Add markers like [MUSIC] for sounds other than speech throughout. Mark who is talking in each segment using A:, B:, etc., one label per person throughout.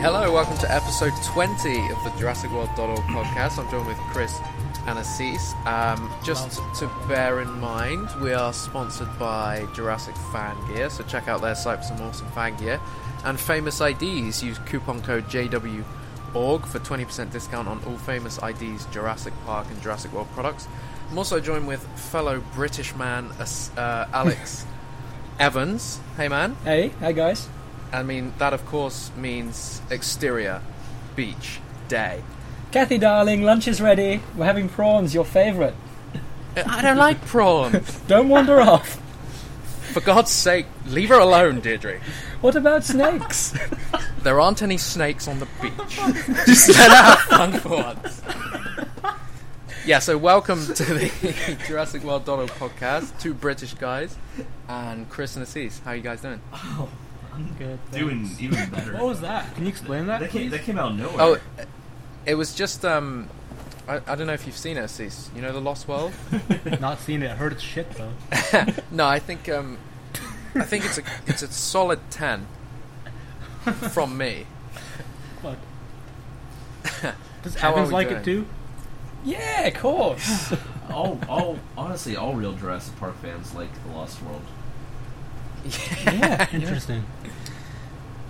A: Hello, welcome to episode 20 of the Jurassic World.org podcast. I'm joined with Chris and Assis. Um, just to bear in mind, we are sponsored by Jurassic Fan Gear, so check out their site for some awesome fan gear. And Famous IDs, use coupon code JW.org for 20% discount on all Famous IDs, Jurassic Park, and Jurassic World products. I'm also joined with fellow British man As- uh, Alex Evans. Hey, man.
B: Hey, hi guys.
A: I mean, that of course means exterior, beach, day.
B: Kathy, darling, lunch is ready. We're having prawns, your favourite.
A: I don't like [LAUGHS] prawn.
B: Don't wander [LAUGHS] off.
A: For God's sake, leave her alone, Deirdre.
B: What about snakes?
A: There aren't any snakes on the [LAUGHS] beach. Just let her have fun for once. Yeah, so welcome to the [LAUGHS] Jurassic World Dodo podcast. Two British guys and Chris and Assis. How you guys doing?
B: Good.
C: doing even better. [LAUGHS]
D: What was that? Can you explain that,
C: That came,
D: please?
C: that came out of nowhere.
A: Oh, it was just um, I, I don't know if you've seen it, Assis. You know the Lost World?
D: Oh, Not seen it. Heard it's shit though.
A: No, I think um, I think it's a it's a solid ten from me. [LAUGHS]
D: Fuck. Does
A: How are
D: Evans
A: we
D: like
A: doing?
D: it too?
B: Yeah, of
D: [SIGHS]
B: course.
C: [LAUGHS] all, all, honestly, all real Jurassic Park fans like The Lost World.
B: yeah.
D: [LAUGHS] Interesting.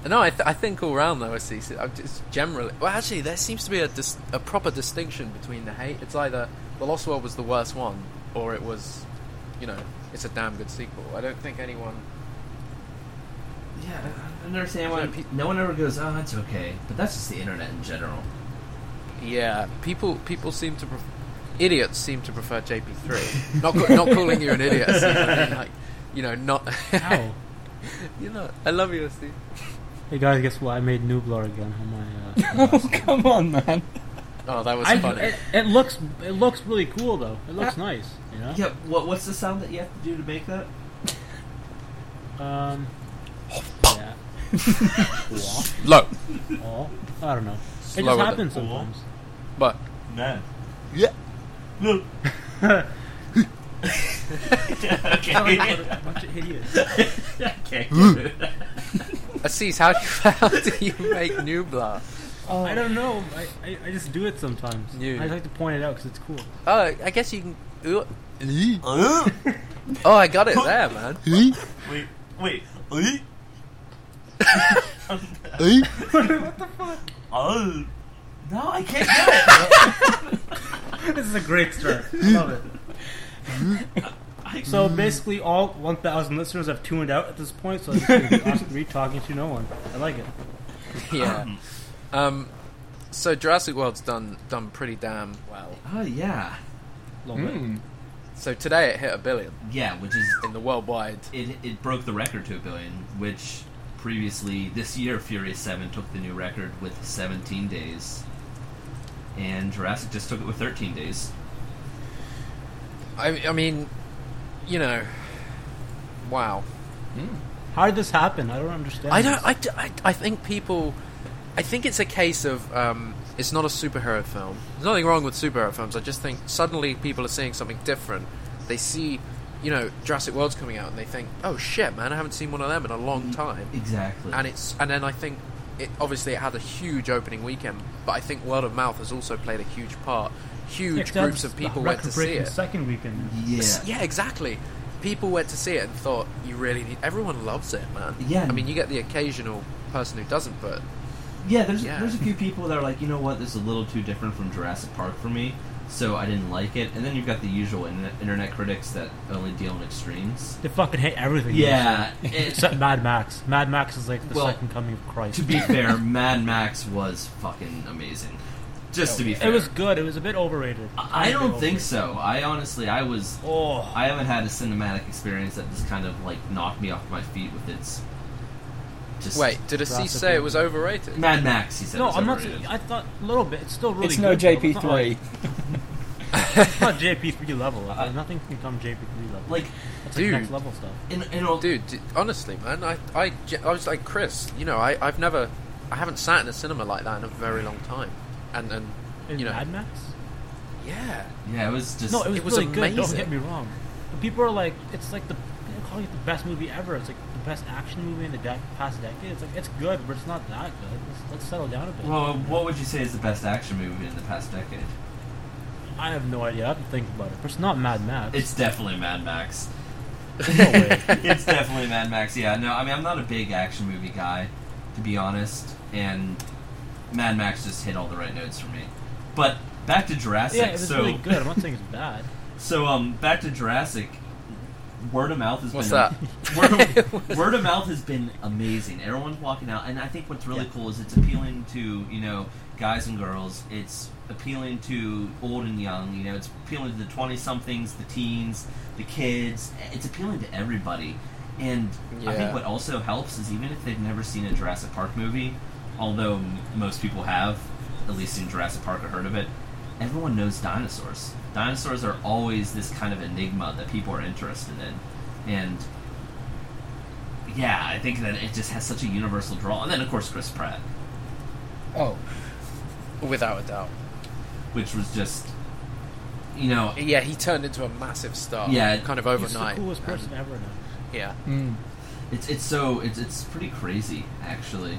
A: No, I, th- I think all round though, it's, it's, it's generally. Well, actually, there seems to be a, dis- a proper distinction between the hate. It's either The Lost World was the worst one, or it was, you know, it's a damn good sequel. I don't think anyone.
C: Yeah, I don't understand why pe- no one ever goes, "Oh, it's okay," but that's just the internet in general.
A: Yeah, people people seem to. Pref- idiots seem to prefer JP3. not ca- not calling you an idiot. Steve, I mean, like, you know, not.
D: Ow.
A: [LAUGHS] you know, I love you, Steve.
D: hey guys, guess what? I made Nublar again on
A: [LAUGHS]
D: my. Uh,
B: oh, come on,
D: [LAUGHS]
B: man.
A: Oh, that was
D: I,
A: funny.
D: it, it looks it looks really cool though. It looks nice. You know.
C: Yeah, what, what's the sound that you have to do to make that?
D: Um. Yeah. Wah.
A: Low,
D: Aw. I don't know. It
A: Slower
D: just
A: than
D: happens
C: aw.
D: sometimes.
A: but
C: [LAUGHS] No.
A: yeah.
D: Sounds
C: okay.
D: like a bunch of
C: [LAUGHS]
D: idiots.
C: okay.
A: Assis, how do you, [LAUGHS] how do you make Nublar?
B: Oh.
D: I don't know. I, I, I just do it sometimes.
A: You-
D: I like to point it out because it's
A: [LAUGHS]
D: cool.
A: Oh, I guess you can. ooh. Oh, I got it there, man.
C: wait, wait. [LAUGHS] Oh. No, I can't do it.
D: this is a great start. [LAUGHS] I love it.
A: [LAUGHS]
D: So basically, all 1,000 listeners have tuned out at this point, so I'm
A: [LAUGHS]
D: just gonna be Oscar Reed talking to no one. I like it.
A: yeah. Um, so Jurassic World's done done pretty damn well.
C: Oh yeah,
D: Love
A: Hmm.
D: it.
A: So today it hit a billion
C: yeah. Which is
A: in the worldwide.
C: it, it broke the record to a billion, which previously this year Furious Seven took the new record with 17 days, and Jurassic just took it with 13 days.
A: I, I mean, you know, wow.
D: How did this happen? I don't understand.
A: I don't.
D: this.
A: I, d- I, I think people. I think it's a case of um, it's not a superhero film. There's nothing wrong with superhero films. I just think suddenly people are seeing something different. They see, you know, Jurassic World's coming out, and they think, "Oh shit, man! I haven't seen one of them in a long time."
C: Exactly.
A: and it's and then I think it obviously it had a huge opening weekend, but I think word of mouth has also played a huge part. Huge
D: Except
A: groups of
D: the
A: people went to see
D: record-breaking
A: it.
D: Second weekend.
C: yeah.
A: Yeah, exactly. People went to see it and thought, "You really need." Everyone loves it, man.
C: Yeah.
A: I mean, you get the occasional person who doesn't, but
C: Yeah, there's
A: Yeah.
C: there's a few people that are like, you know what, this is a little too different from Jurassic Park for me, so I didn't like it. And then you've got the usual internet, internet critics that only deal in extremes.
D: They fucking hate everything.
C: Yeah.
D: [LAUGHS]
C: it-
D: Except Mad Max. Mad Max is like the
C: Well,
D: second coming of Christ.
C: to be fair, Mad Max was fucking amazing. Just to be fair,
D: it was good. It was a bit overrated.
C: I I
D: A bit
C: don't think
D: overrated.
C: so. I honestly, I was
D: Oh.
C: I haven't had a cinematic experience that just kind of like knocked me off my feet with its. Just
A: wait, did Assis
D: Jurassic
A: say it
D: World.
A: was overrated?
C: Mad Max. He said.
D: No,
C: was
D: I'm not.
C: overrated.
D: I thought a little bit. It's still really.
B: it's no
D: good, though. It's not
B: JP3.
D: like- It's not JP3 level. Uh, nothing can come JP3 level.
C: Like
D: That's
A: dude.
D: like next level stuff.
C: in in all.
A: Dude, d- honestly, man, I, I, ge- I was like Chris. You know, I, I've never, I haven't sat in a cinema like that in a very long time, and and
D: In
A: you know,
D: Mad Max.
A: yeah.
C: Yeah, it was just.
D: No, it was,
A: it was
D: really good. Don't
A: amazing.
D: get me wrong. But people are like, it's like the people calling it the best movie ever. It's like the best action movie in the dec past decade. It's like it's good, but it's not that good. Let's, let's settle down a bit.
C: Well, what would you say is the best action movie in the past decade?
D: I have no idea. I have to think about it. But it's not Mad Max.
C: It's definitely
A: [LAUGHS]
C: Mad Max.
D: no way.
C: it's definitely Mad Max. Yeah, no, I mean I'm not a big action movie guy, to be honest, and Mad Max just hit all the right notes for me. But back to Jurassic.
D: yeah, it was
C: so
D: really good. I'm not saying it's bad.
C: so um back to Jurassic. Word of mouth has
A: What's
C: been
A: that?
C: [LAUGHS] word of, word of mouth has been amazing. Everyone's walking out, and I think what's really
D: Yeah.
C: cool is it's appealing to you know guys and girls. It's appealing to old and young. You know, it's appealing to the twenty somethings, the teens, the kids. It's appealing to everybody. And I
A: Yeah.
C: think what also helps is even if they've never seen a Jurassic Park movie, although m- most people have, at least seen Jurassic Park or heard of it, everyone knows dinosaurs. Dinosaurs are always this kind of enigma that people are interested in. And yeah, I think that it just has such a universal draw. And then, of course, Chris Pratt,
A: Oh, without a doubt.
C: which was just, you know,
A: Yeah, he turned into a massive star.
C: Yeah.
A: kind of
D: He's the
A: overnight.
D: coolest
A: And-
D: person ever now.
A: yeah,
B: Mm.
C: it's it's so it's it's pretty crazy actually.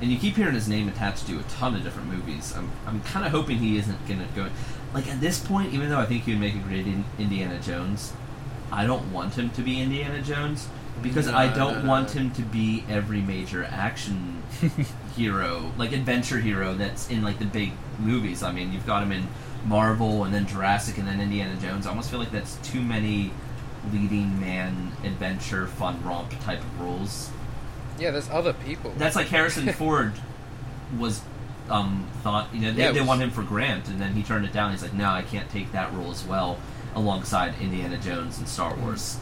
C: And you keep hearing his name attached to a ton of different movies. I'm I'm kind of hoping he isn't gonna go. Like at this point, even though I think he would make a great in, Indiana Jones, I don't want him to be Indiana Jones because I
A: No,
C: don't
A: no, no,
C: want
A: no.
C: him to be every major
A: [LAUGHS]
C: action hero, like adventure hero that's in like the big movies. I mean, you've got him in Marvel and then Jurassic and then Indiana Jones. I almost feel like that's too many leading man adventure fun romp type of roles.
A: yeah. There's other people.
C: That's like
A: [LAUGHS]
C: Harrison Ford was um, thought you know they,
A: Yeah, it
C: they
A: was-
C: want him for Grant and then he turned it down. He's like, no, I can't take that role as well alongside Indiana Jones and
A: Mm.
C: Star Wars.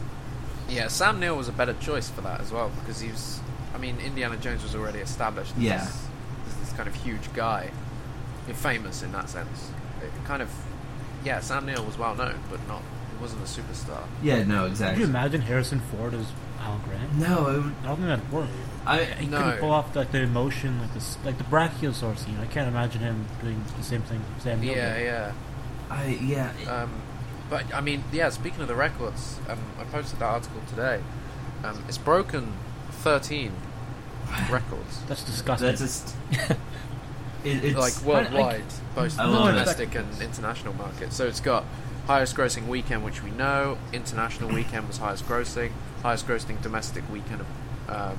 A: yeah, Sam Neill was a better choice for that as well because he was. I mean, Indiana Jones was already established. as
C: Yeah.
A: this, as this kind of huge guy, and famous in that sense. It kind of, yeah. Sam Neill was well known, but not. He wasn't a superstar.
C: Yeah, no,
D: Could you
C: exactly.
D: imagine Harrison Ford as Al Grant?
C: No, it would,
D: I don't think that'd work.
C: I
D: He
A: No.
D: couldn't pull off like the emotion, like this, like the brachiosaur scene. I can't imagine him doing the same thing Sam Neill
A: Yeah,
D: did.
A: yeah.
C: I yeah.
A: Um, but I mean, yeah. Speaking of the records, um, I posted that article today. Um, it's broken thirteen records,
D: That's disgusting.
C: That's
A: [LAUGHS]
C: just it, it's
A: like worldwide, both
C: I love it.
A: domestic and international markets. So it's got highest grossing weekend, which we know. International weekend was highest grossing. Highest grossing domestic weekend. Of, um,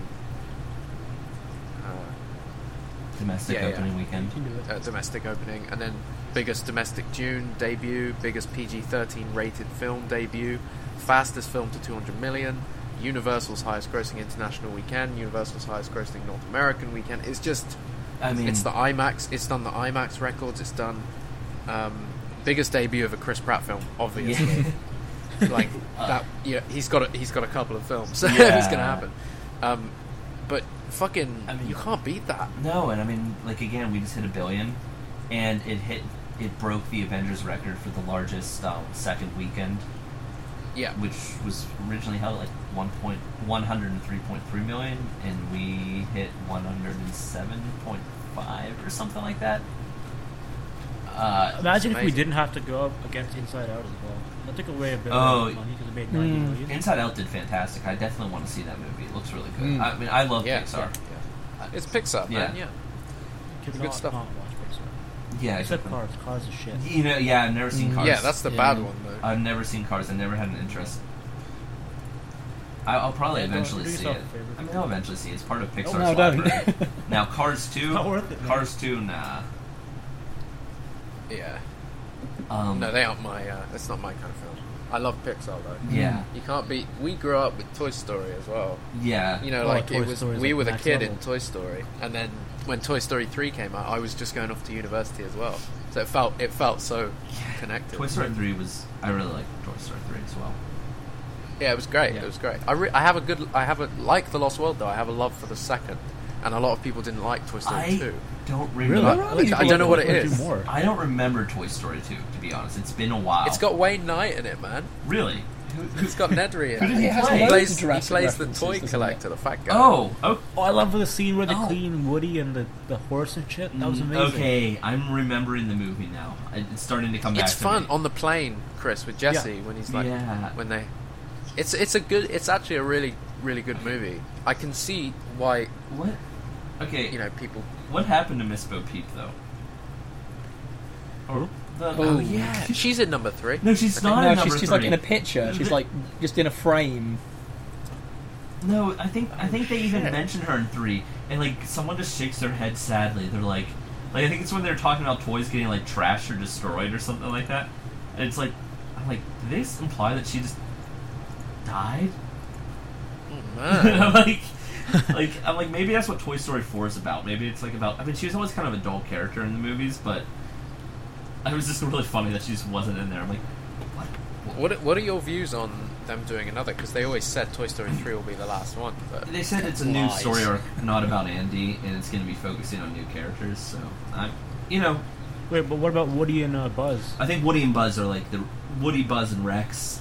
A: uh,
C: domestic
A: Yeah, yeah.
C: opening weekend.
D: You can do it.
A: uh, domestic opening, and then biggest domestic June debut, biggest PG-13 rated film debut, fastest film to 200 million, Universal's highest grossing international weekend, Universal's highest grossing North American weekend. It's just,
C: I mean,
A: it's the IMAX. It's done the IMAX records. It's done um, biggest debut of a Chris Pratt film, obviously.
C: [LAUGHS]
A: [LAUGHS] like that, yeah, he's got a, he's got a couple of films. [LAUGHS] so it's
C: Uh. Yeah.
A: gonna happen. Um, but fucking,
C: I mean-
A: you can't beat that.
C: no, and I mean, like again, we just hit a billion, and it hit it broke the Avengers record for the largest um, second weekend,
A: Yeah,
C: which was originally held at like one point one hundred and three point three million, and we hit one hundred and seven point five or something like that. Uh,
D: Imagine if we
A: amazing.
D: didn't have to go up against Inside Out as well. That took away a bit
C: Oh.
D: of money because it made 90
B: Mm.
D: million.
C: Inside Out did fantastic. I definitely want to see that movie. It looks really good.
B: Mm.
C: I mean, I love
A: Hmm. yeah,
C: Pixar.
A: yeah. It's Pixar, man.
C: Yeah.
A: Yeah.
D: Could
A: Good
D: not,
A: stuff.
D: not watch Pixar.
C: Yeah,
D: Except
C: exactly.
D: Cars. Cars is shit.
C: You know, yeah, I've never seen
B: Mm.
C: Cars.
A: Hmm.
C: Uh,
A: Yeah, that's the
B: Yeah.
A: bad one though.
C: I've never seen Cars. I never had an interest. I, I'll probably
D: Yeah, don't-
C: eventually
D: do
C: see it.
D: yourself a favor.
C: I mean, I'll eventually see it. It's part of Pixar's
B: no, don't.
D: [LAUGHS]
C: library. now, Cars two.
D: Oh, Not worth it, man.
C: Cars two, nah.
A: yeah.
C: Um,
A: No, they aren't my. Uh, that's not my kind of film. I love Pixar though.
C: Yeah,
A: You can't beat. We grew up with Toy Story as well.
C: yeah.
A: You know,
D: Oh,
A: like
D: Toy
A: it was.
D: Story's
A: We
D: like
A: were the
D: next
A: kid
D: level.
A: in Toy Story, and then when Toy Story three came out, I was just going off to university as well. So it felt it felt so connected.
C: Toy Story three was. I really like Toy Story three as well.
A: Yeah, it was great.
C: Yeah.
A: It was great. I, re- I have a good. I have a like the Lost World though. I have a love for the second, and a lot of people didn't like Toy Story
C: I
A: two.
C: don't
D: Really?
C: remember.
A: Like, I don't know what it
D: Wanna do
A: is.
D: More.
C: I don't remember Toy Story two. To be honest, it's been a while.
A: It's got Wayne Knight in it, man.
C: really. Who- who-
A: It's got Nedry in
C: [LAUGHS] Who
A: it.
C: did he
A: He
C: play?
B: loads of
A: plays, he
B: Jurassic
A: plays the
B: references,
A: toy
B: doesn't he?
A: collector, the fat guy.
C: Oh, oh,
D: Oh, I love the scene where they
C: Oh. Mm,
D: clean Woody and the, the horse and shit. That was amazing.
C: okay. I'm remembering the movie now. It's starting to come back.
A: It's
C: to
A: fun
C: me.
A: on the plane, Chris, with Jesse when he's like
C: Yeah.
A: when they It's it's a good. It's actually a really really good movie. I can see why
C: What? Okay,
A: you know people.
C: what happened to Miss Bo Peep though? Or the,
B: Oh, yeah.
A: [LAUGHS] she's in number three.
C: No, she's not.
B: no,
C: in
B: she's,
C: number
B: she's like
C: three.
B: in a picture. She's like just in a frame.
C: No, I think I think they even
A: shit.
C: mentioned her in three, and like someone just shakes their head sadly. They're like, like I think it's when they're talking about toys getting like trashed or destroyed or something like that. And it's like, I'm like, did this imply that she just died? [LAUGHS]
A: Oh,
C: And [LAUGHS]
A: man.
C: I'm like, like I'm like maybe that's what Toy Story Four is about. Maybe it's like about. I mean, she was always kind of a dull character in the movies, but it was just really funny that she just wasn't in there. I'm like, what?
A: what are- what are your views on them doing another? Because they always said Toy Story three will be the last one. But
C: They said it's a new
A: Lies.
C: story arc, not about Andy, and it's going to be focusing on new characters. So, I, you know,
D: Wait, but what about Woody and uh, Buzz?
C: I think Woody and Buzz are like the Woody, Buzz, and Rex,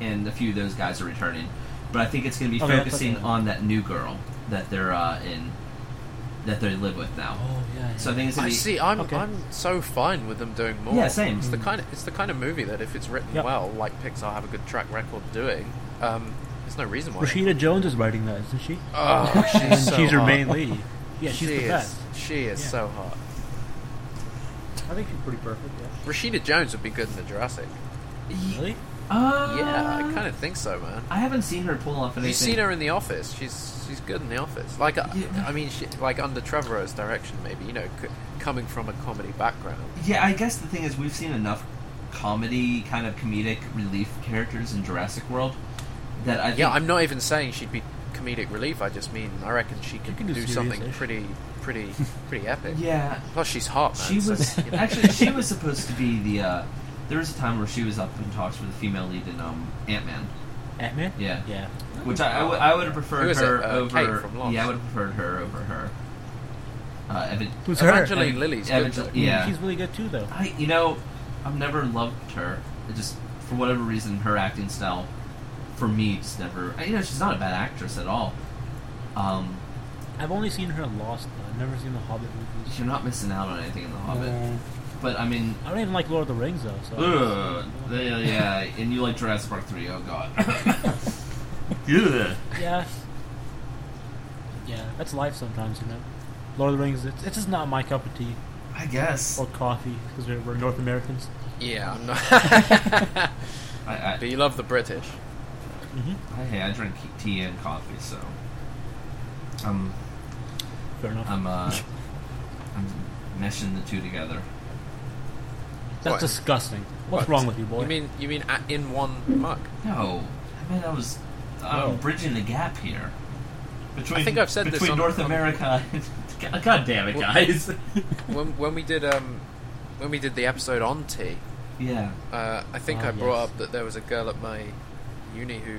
C: and a few of those guys are returning. But I think it's going to be
D: Okay, that's
C: focusing
D: okay.
C: on that new girl that they're uh, in, that they live with now.
D: Oh, yeah.
C: So I think it's
A: I
C: going to be.
A: see. I'm
D: Okay.
A: I'm so fine with them doing more.
C: Yeah, same.
A: It's the kind of it's the kind of movie that if it's written
D: Yep.
A: well, like Pixar have a good track record doing. Um, there's no reason why.
D: Rashida Jones is writing that, isn't she?
A: Oh,
D: and
A: she's
C: [LAUGHS]
A: so
D: she's her
A: hot.
D: main [LAUGHS] lady. Yeah, she's
A: she
D: the
A: is.
D: best.
A: She is
D: Yeah.
A: so hot.
D: I think she's pretty perfect. Yeah.
A: Rashida Jones would be good in the Jurassic.
D: Really?
C: Uh,
A: yeah, I kind of think so, man.
C: I haven't seen her pull off anything.
A: You've seen her in The Office. She's she's good in The Office. Like I,
C: Yeah.
A: I mean, she, like under Trevorrow's direction, maybe you know, c- coming from a comedy background.
C: Yeah, I guess the thing is we've seen enough comedy kind of comedic relief characters in Jurassic World that I think
A: Yeah, I'm not even saying she'd be comedic relief. I just mean I reckon she could
D: can do
A: do, something
D: serious-ish.
A: pretty, pretty,
D: [LAUGHS]
A: pretty epic.
C: yeah
A: Plus, she's hot, man.
C: she
A: so, [LAUGHS]
C: was
A: you know.
C: actually she was supposed to be the uh, there was a time where she was up in talks with the female lead in um, Ant Man
D: Ant-Man?
C: Yeah.
D: Yeah.
C: which I, I, w- I would have
A: Who
C: preferred
A: is it?
C: her
A: Uh,
C: over
A: Kate from Lost.
C: yeah I would have preferred her over her uh, Evan,
D: Who's
A: Evangeline-
D: her?
A: Actually, Lily's
C: Evan-
A: good, though.
C: yeah
D: She's really good too, though.
C: I, you know, I've never loved her. It just for whatever reason, her acting style, for me, just never. You know, she's not a bad actress at all. Um,
D: I've only seen her in Lost. Though. I've never seen the Hobbit movies.
C: you're not missing out on anything in The Hobbit.
D: Oh.
B: No.
C: But I mean,
D: I don't even like Lord of the Rings though. So.
C: ugh, yeah, yeah, and you like Jurassic Park three? Oh [LAUGHS] god. Ugh.
D: Yeah. Yeah, that's life sometimes, you know. Lord of the Rings, it's, it's just not my cup of tea
C: I guess.
D: or coffee because we're, we're North Americans.
A: yeah, I'm
D: [LAUGHS]
A: not. [LAUGHS]
C: I, I,
A: but you love the British.
D: Mm-hmm.
C: I, hey, I drink tea and coffee, so. Um,
D: Fair enough.
C: I'm uh, I'm meshing the two together.
D: that's
A: what?
D: disgusting. What's
A: What?
D: wrong with you, boy?
A: You mean you mean a- in one mug?
C: No, I mean I was. I'm
D: Oh.
C: bridging the gap here. Between,
A: I think I've said this
C: between
A: on-
C: North
A: on-
C: America. And, [LAUGHS] God, God damn it,
A: Well-
C: guys.
A: When when we did um, when we did the episode on tea,
C: yeah.
A: uh, I think
D: Ah,
A: I brought
D: yes.
A: up that there was a girl at my uni who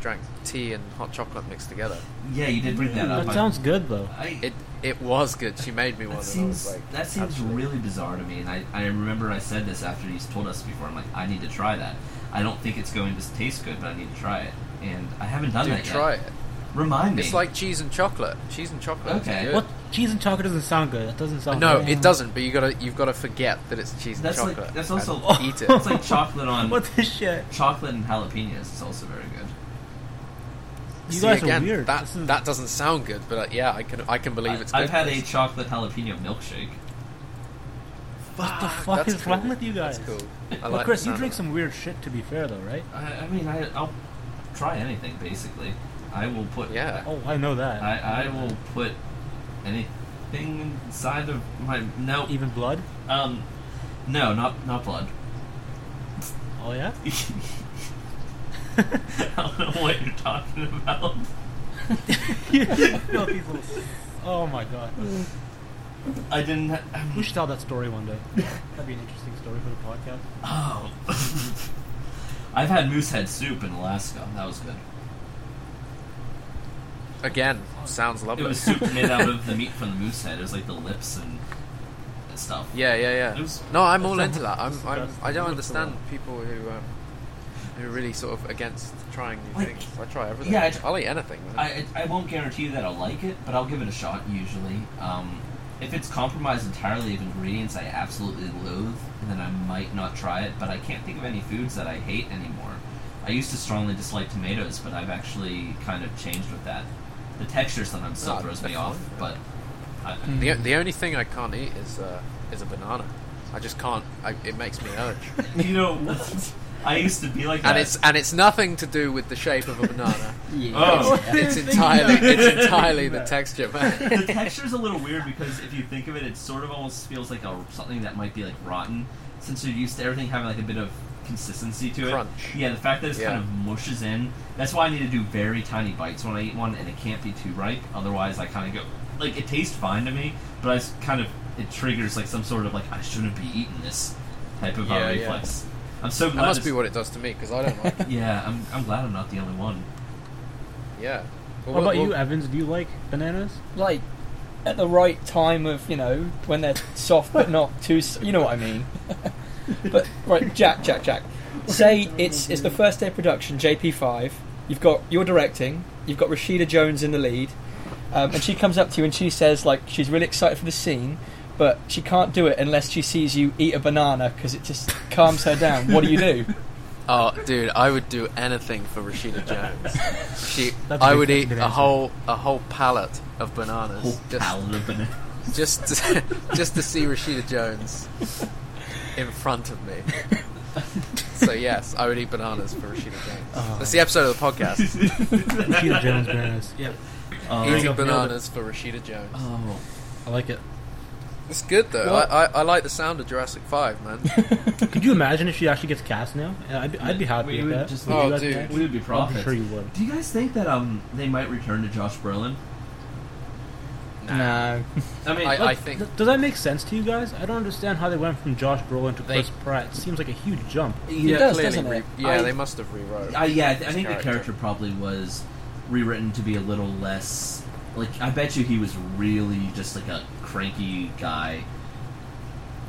A: drank tea and hot chocolate mixed together.
C: Yeah, you did bring that up.
D: that sounds good though.
C: I, I,
A: It it was good. She made me one.
C: that
A: and I was
C: seems
A: like,
C: that seems
A: actually-
C: really bizarre to me, and I, I remember I said this after you told us before. I'm like, I need to try that. I don't think it's going to taste good, but I need to try it, and I haven't done
A: Dude,
C: that
A: try
C: yet.
A: it.
C: Remind me.
A: It's like cheese and chocolate. Cheese and chocolate. is
C: Okay.
A: good.
D: What cheese and chocolate doesn't sound good. That doesn't sound.
A: No,
D: good.
A: it doesn't. But you gotta you've gotta forget that it's cheese and
C: That's like-
A: chocolate.
C: that's also- [LAUGHS]
A: and [LAUGHS] eat it.
C: it's like chocolate on
D: [LAUGHS] What the shit?
C: chocolate and jalapenos. It's also very good.
D: You
A: See,
D: guys
A: again,
D: are weird.
A: That
D: This is-
A: that doesn't sound good, but uh, yeah, I can I can believe it's.
C: I,
A: good
C: have had a
A: taste.
C: chocolate jalapeno milkshake.
D: what the fuck
A: ah, That's
D: is
A: cool.
D: wrong with you guys?
A: That's cool. I
D: Well,
A: like
D: Chris,
A: the
D: you
A: sound
D: drink
A: of
D: some weird shit. To be fair though, right?
C: I, I mean, I, I'll try anything basically. I will put.
A: that. Yeah.
D: Oh, I know that.
C: I, I will put anything inside of my no.
D: Even blood?
C: Um, no, not not blood. [LAUGHS]
D: Oh yeah.
C: I don't know what you're talking about.
D: You filthy little s- oh my god.
C: I didn't. Ha- um,
D: We should tell that story one day. That'd be an interesting story for the podcast.
C: oh. [LAUGHS] I've had moose head soup in Alaska. That was good.
A: Again, sounds lovely.
C: It was soup
A: [LAUGHS]
C: made out of the meat from the moose head. It was like the lips and stuff.
A: yeah, yeah,
C: It
A: yeah.
C: was-
A: No, I'm
D: that
A: all
D: sounds
A: into that. I'm, I'm I don't
D: disgusting.
A: understand people who um, who are really sort of against trying new
C: Like-
A: things. I try everything.
C: Yeah, I tr-
A: I'll eat anything. Man.
C: I, I I won't guarantee you that I'll like it, but I'll give it a shot usually. Um, if it's compromised entirely of ingredients I absolutely loathe, then I might not try it, but I can't think of any foods that I hate anymore. I used to strongly dislike tomatoes, but I've actually kind of changed with that. The texture sometimes still
A: Ah,
C: throws me
A: definitely,
C: off,
A: yeah.
C: but I,
A: The, the only thing I can't eat is uh, is a banana. I just can't. I, it makes me urge,
C: [LAUGHS] you know, what? [LAUGHS] I used to be like that.
A: and it's and it's nothing to do with the shape of a
C: [LAUGHS]
A: banana.
C: oh,
A: It's entirely it's entirely
C: [LAUGHS]
A: the
D: That.
A: texture, man.
C: the texture's a little weird because if you think of it, it sort of almost feels like a, something that might be like rotten, since you're used to everything having like a bit of consistency to it.
A: Crunch.
C: Yeah, the fact that it's
A: Yeah.
C: kind of mushes in. That's why I need to do very tiny bites when I eat one, and it can't be too ripe. Otherwise, I kind of go like it tastes fine to me, but I s- kind of it triggers like some sort of like I shouldn't be eating this type of uh,
A: Yeah, yeah.
C: reflex. I'm so glad.
A: That must
C: it's-
A: be what it does to me because I don't
C: [LAUGHS]
A: like. It.
C: yeah, I'm, I'm glad I'm not the only one.
A: Yeah. But
D: What about
A: we'll-
D: you, Evans? Do you like bananas?
B: Like at the right time of you know when they're soft but not too. s you know what I
A: [LAUGHS]
B: mean. but right, Jack, Jack, Jack. Say it's it's the first day of production, JP five. You've got you're directing. You've got Rashida Jones in the lead, um, and she comes up to you and she says like she's really excited for the scene, but she can't do it unless she sees you eat a banana because it just calms her down. What do you
A: [LAUGHS]
B: do?
A: Oh, dude, I would do anything for Rashida Jones.
C: [LAUGHS]
A: She,
D: That's a
A: I
D: big
A: would eat
D: fucking
A: a
D: answer.
A: whole a whole pallet of bananas
C: Whole
A: just
C: palate of banana.
A: just to, [LAUGHS] just to see Rashida Jones in front
C: [LAUGHS]
A: of me. So yes, I would eat bananas for Rashida Jones.
C: Oh.
A: That's the episode of the
C: [LAUGHS]
A: podcast.
D: Sheila
A: [LAUGHS]
D: Jones bananas. Yep.
C: Um,
A: Eating
D: go, nailed
A: bananas for Rashida Jones.
C: oh.
D: I like it.
A: It's good though.
B: What?
A: I, I, I like the sound of Jurassic Five,
C: [LAUGHS]
A: man.
D: Could you imagine if she actually gets cast now? Yeah, I'd be, I'd be happy
C: We
D: with
C: would
D: that.
C: just-
D: Would
A: Oh,
D: you like
A: dude.
D: that?
C: We would be
D: I'm
C: profits.
D: sure you would.
C: Do you guys think that um they might return to Josh Brolin?
B: no.
C: I mean,
A: I,
C: look,
A: I think
D: Th- does that make sense to you guys? I don't understand how they went from Josh Brolin to
A: They-
D: Chris Pratt. It seems like a huge jump.
A: yeah,
B: does,
A: clearly
B: doesn't it?
A: re- yeah,
C: I-
A: they must have rewrote.
C: I, yeah, I, th- I
A: his
C: think the character probably was rewritten to be a little less. Like, I bet you he was really just like a cranky guy.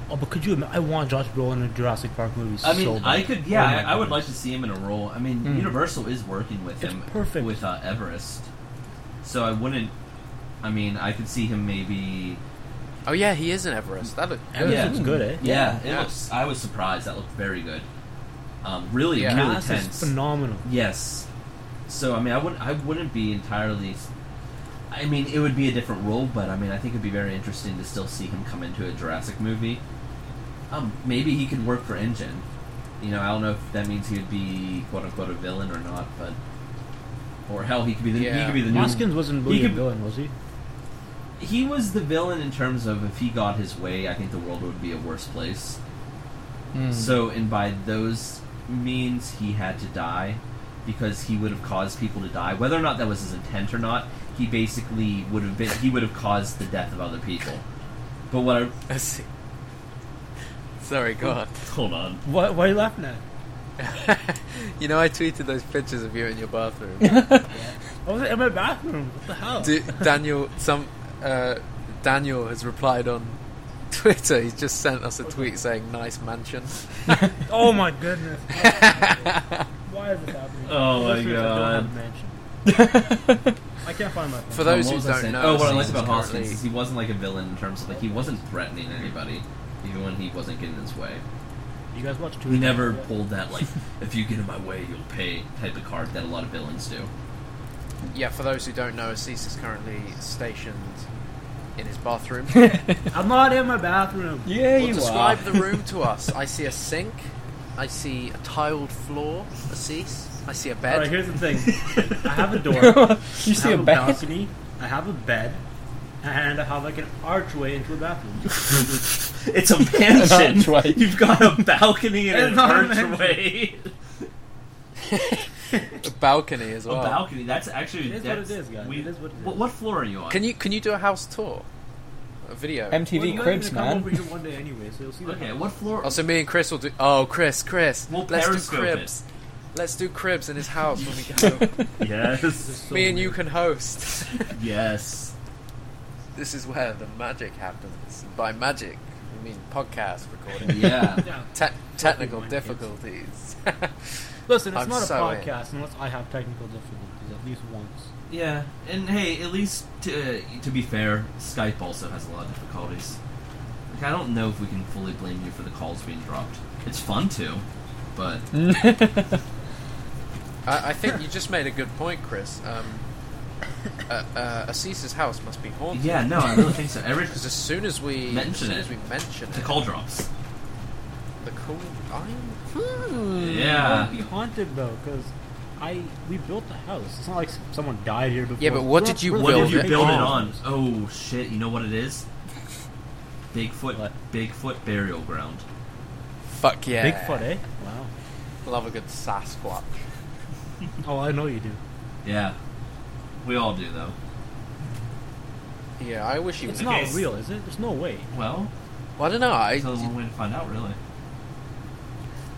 D: Oh, but could you? Im- I want Josh Brolin in a Jurassic Park movie.
C: I mean,
D: so bad.
C: I could,
D: Oh
C: yeah,
D: my
C: I, I would like
D: goodness. Hmm.
C: to see him in a role. I mean,
B: Mm.
C: Universal is working with
D: It's
C: him,
D: perfect.
C: with uh, Everest. So I wouldn't. I mean, I could see him maybe.
A: Oh yeah, he is in Everest. That looked
D: And
A: good.
C: Yeah.
D: it looks good, eh?
C: Yeah,
A: Yeah.
C: it looks. I was surprised. That looked very good. Um, really,
A: Yeah.
C: really
D: Cast is
C: tense.
D: phenomenal.
C: Yes. So I mean, I wouldn't. I wouldn't be entirely. I mean, it would be a different role, but I mean, I think it'd be very interesting to still see him come into a Jurassic movie. Um, maybe he could work for Engine. You know, I don't know if that means he would be quote unquote a villain or not, but or hell, he could be the he
A: Yeah.
C: could be the new.
D: Hoskins wasn't really
C: He
D: a
C: could-
D: villain, was he?
C: He was the villain in terms of if he got his way, I think the world would be a worse place.
B: Mm.
C: So, and by those means, he had to die because he would have caused people to die. Whether or not that was his intent or not, he basically would have been. He would have caused the death of other people. But what I
A: I [LAUGHS] see. Sorry, God.
C: hold on.
D: Why, why are you laughing at? it?
A: [LAUGHS] you know, I tweeted those pictures of you in your
B: [LAUGHS]
A: bathroom.
D: I was in my bathroom. What the hell?
A: D- Daniel, some uh, Daniel has replied on Twitter. He's just sent us a tweet saying "nice
B: [LAUGHS]
A: mansion."
D: [LAUGHS] Oh my goodness. Why is this happening?
C: [LAUGHS] Oh my
D: Listeners, I,
C: God.
D: don't have a mansion. I can't find my.
A: For
D: phone.
A: those
C: Um, what
A: who
C: was I
A: don't
C: saying?
A: know,
C: oh, what I liked
A: Caesar's
C: about Hoskins
A: currently-
C: is he wasn't like a villain in terms of like he wasn't threatening anybody, even when he wasn't getting his way.
D: you guys watch Tuesday?
C: He never
D: Yeah.
C: pulled that like if you get in my way, you'll pay type of card that a lot of villains do.
A: yeah, for those who don't know, Cease is currently stationed in his
B: [LAUGHS]
A: bathroom.
D: I'm not in my bathroom.
B: yeah,
A: Well,
B: you [LAUGHS] are.
A: describe the room to us. I see a sink. I see a tiled floor. A Cease. I see a bed.
D: All right, here's the
A: [LAUGHS]
D: thing. I have a door.
B: you
D: I
B: see a
D: have a
B: bed.
D: balcony. I have a bed, and I have like an archway into a bathroom.
C: It's a mansion.
B: archway.
C: [LAUGHS] You've got a balcony and
D: It's
C: an
D: not a mansion.
C: archway.
A: a balcony as well.
C: A balcony. That's actually
D: It is what
C: that's,
D: it is, guys. It is what it is.
C: What, what floor are you on?
A: Can you can you do a house tour? A video.
D: Well,
B: MTV
D: you guys are
B: Cribs,
D: gonna Come over
B: man.
D: here one day anyway, so you'll see. what [LAUGHS]
C: okay,
D: happens.
C: what floor?
A: Oh, so me and Chris will do. Oh, Chris, Chris,
C: We'll
A: let's do
C: Periscope
A: cribs. Let's do cribs in his house when we go. home.
D: This is
C: yes,
D: so
A: me and you
D: weird.
A: can host. [LAUGHS]
C: yes.
A: this is where the magic happens. By magic, we mean podcast
C: [LAUGHS]
A: recording. [LAUGHS]
C: Yeah.
D: Yeah.
A: Te- technical
D: my kids.
A: difficulties. [LAUGHS]
D: Listen, it's
A: I'm
D: not a
A: so in.
D: podcast unless I have technical difficulties at least once.
C: yeah. And hey, at least to, uh, to be fair, Skype also has a lot of difficulties. Like, I don't know if we can fully blame you for the calls being dropped. It's fun too, but
A: I, I think you just made a good point, Chris. Um, [COUGHS] uh, uh, Assis's house must be haunted.
C: Yeah, no, I really think so. Every
A: Because as soon as we
C: Mention
A: as soon
C: it.
A: as we mention
C: the
A: it,
C: call drops.
A: [LAUGHS] the cool iron. Mm,
D: It
C: Yeah.
D: would be haunted though, because I we built the house. It's not like s- someone died here before.
A: Yeah, but what
D: We're-
A: did you
D: we're
C: What did
A: build
C: you
A: it?
C: build it on?
D: on?
C: Oh shit! You know what it is? Bigfoot,
D: What?
C: Bigfoot burial ground.
A: Fuck yeah,
D: Bigfoot, eh? Wow.
A: Love a good Sasquatch.
D: Oh, I know you do.
C: Yeah, we all do though.
A: Yeah, I wish you.
D: It's
A: would.
D: not
C: guess-
D: real, is it? There's no way.
C: Well,
A: Well, I don't know. I,
C: it's a long way to find out, really.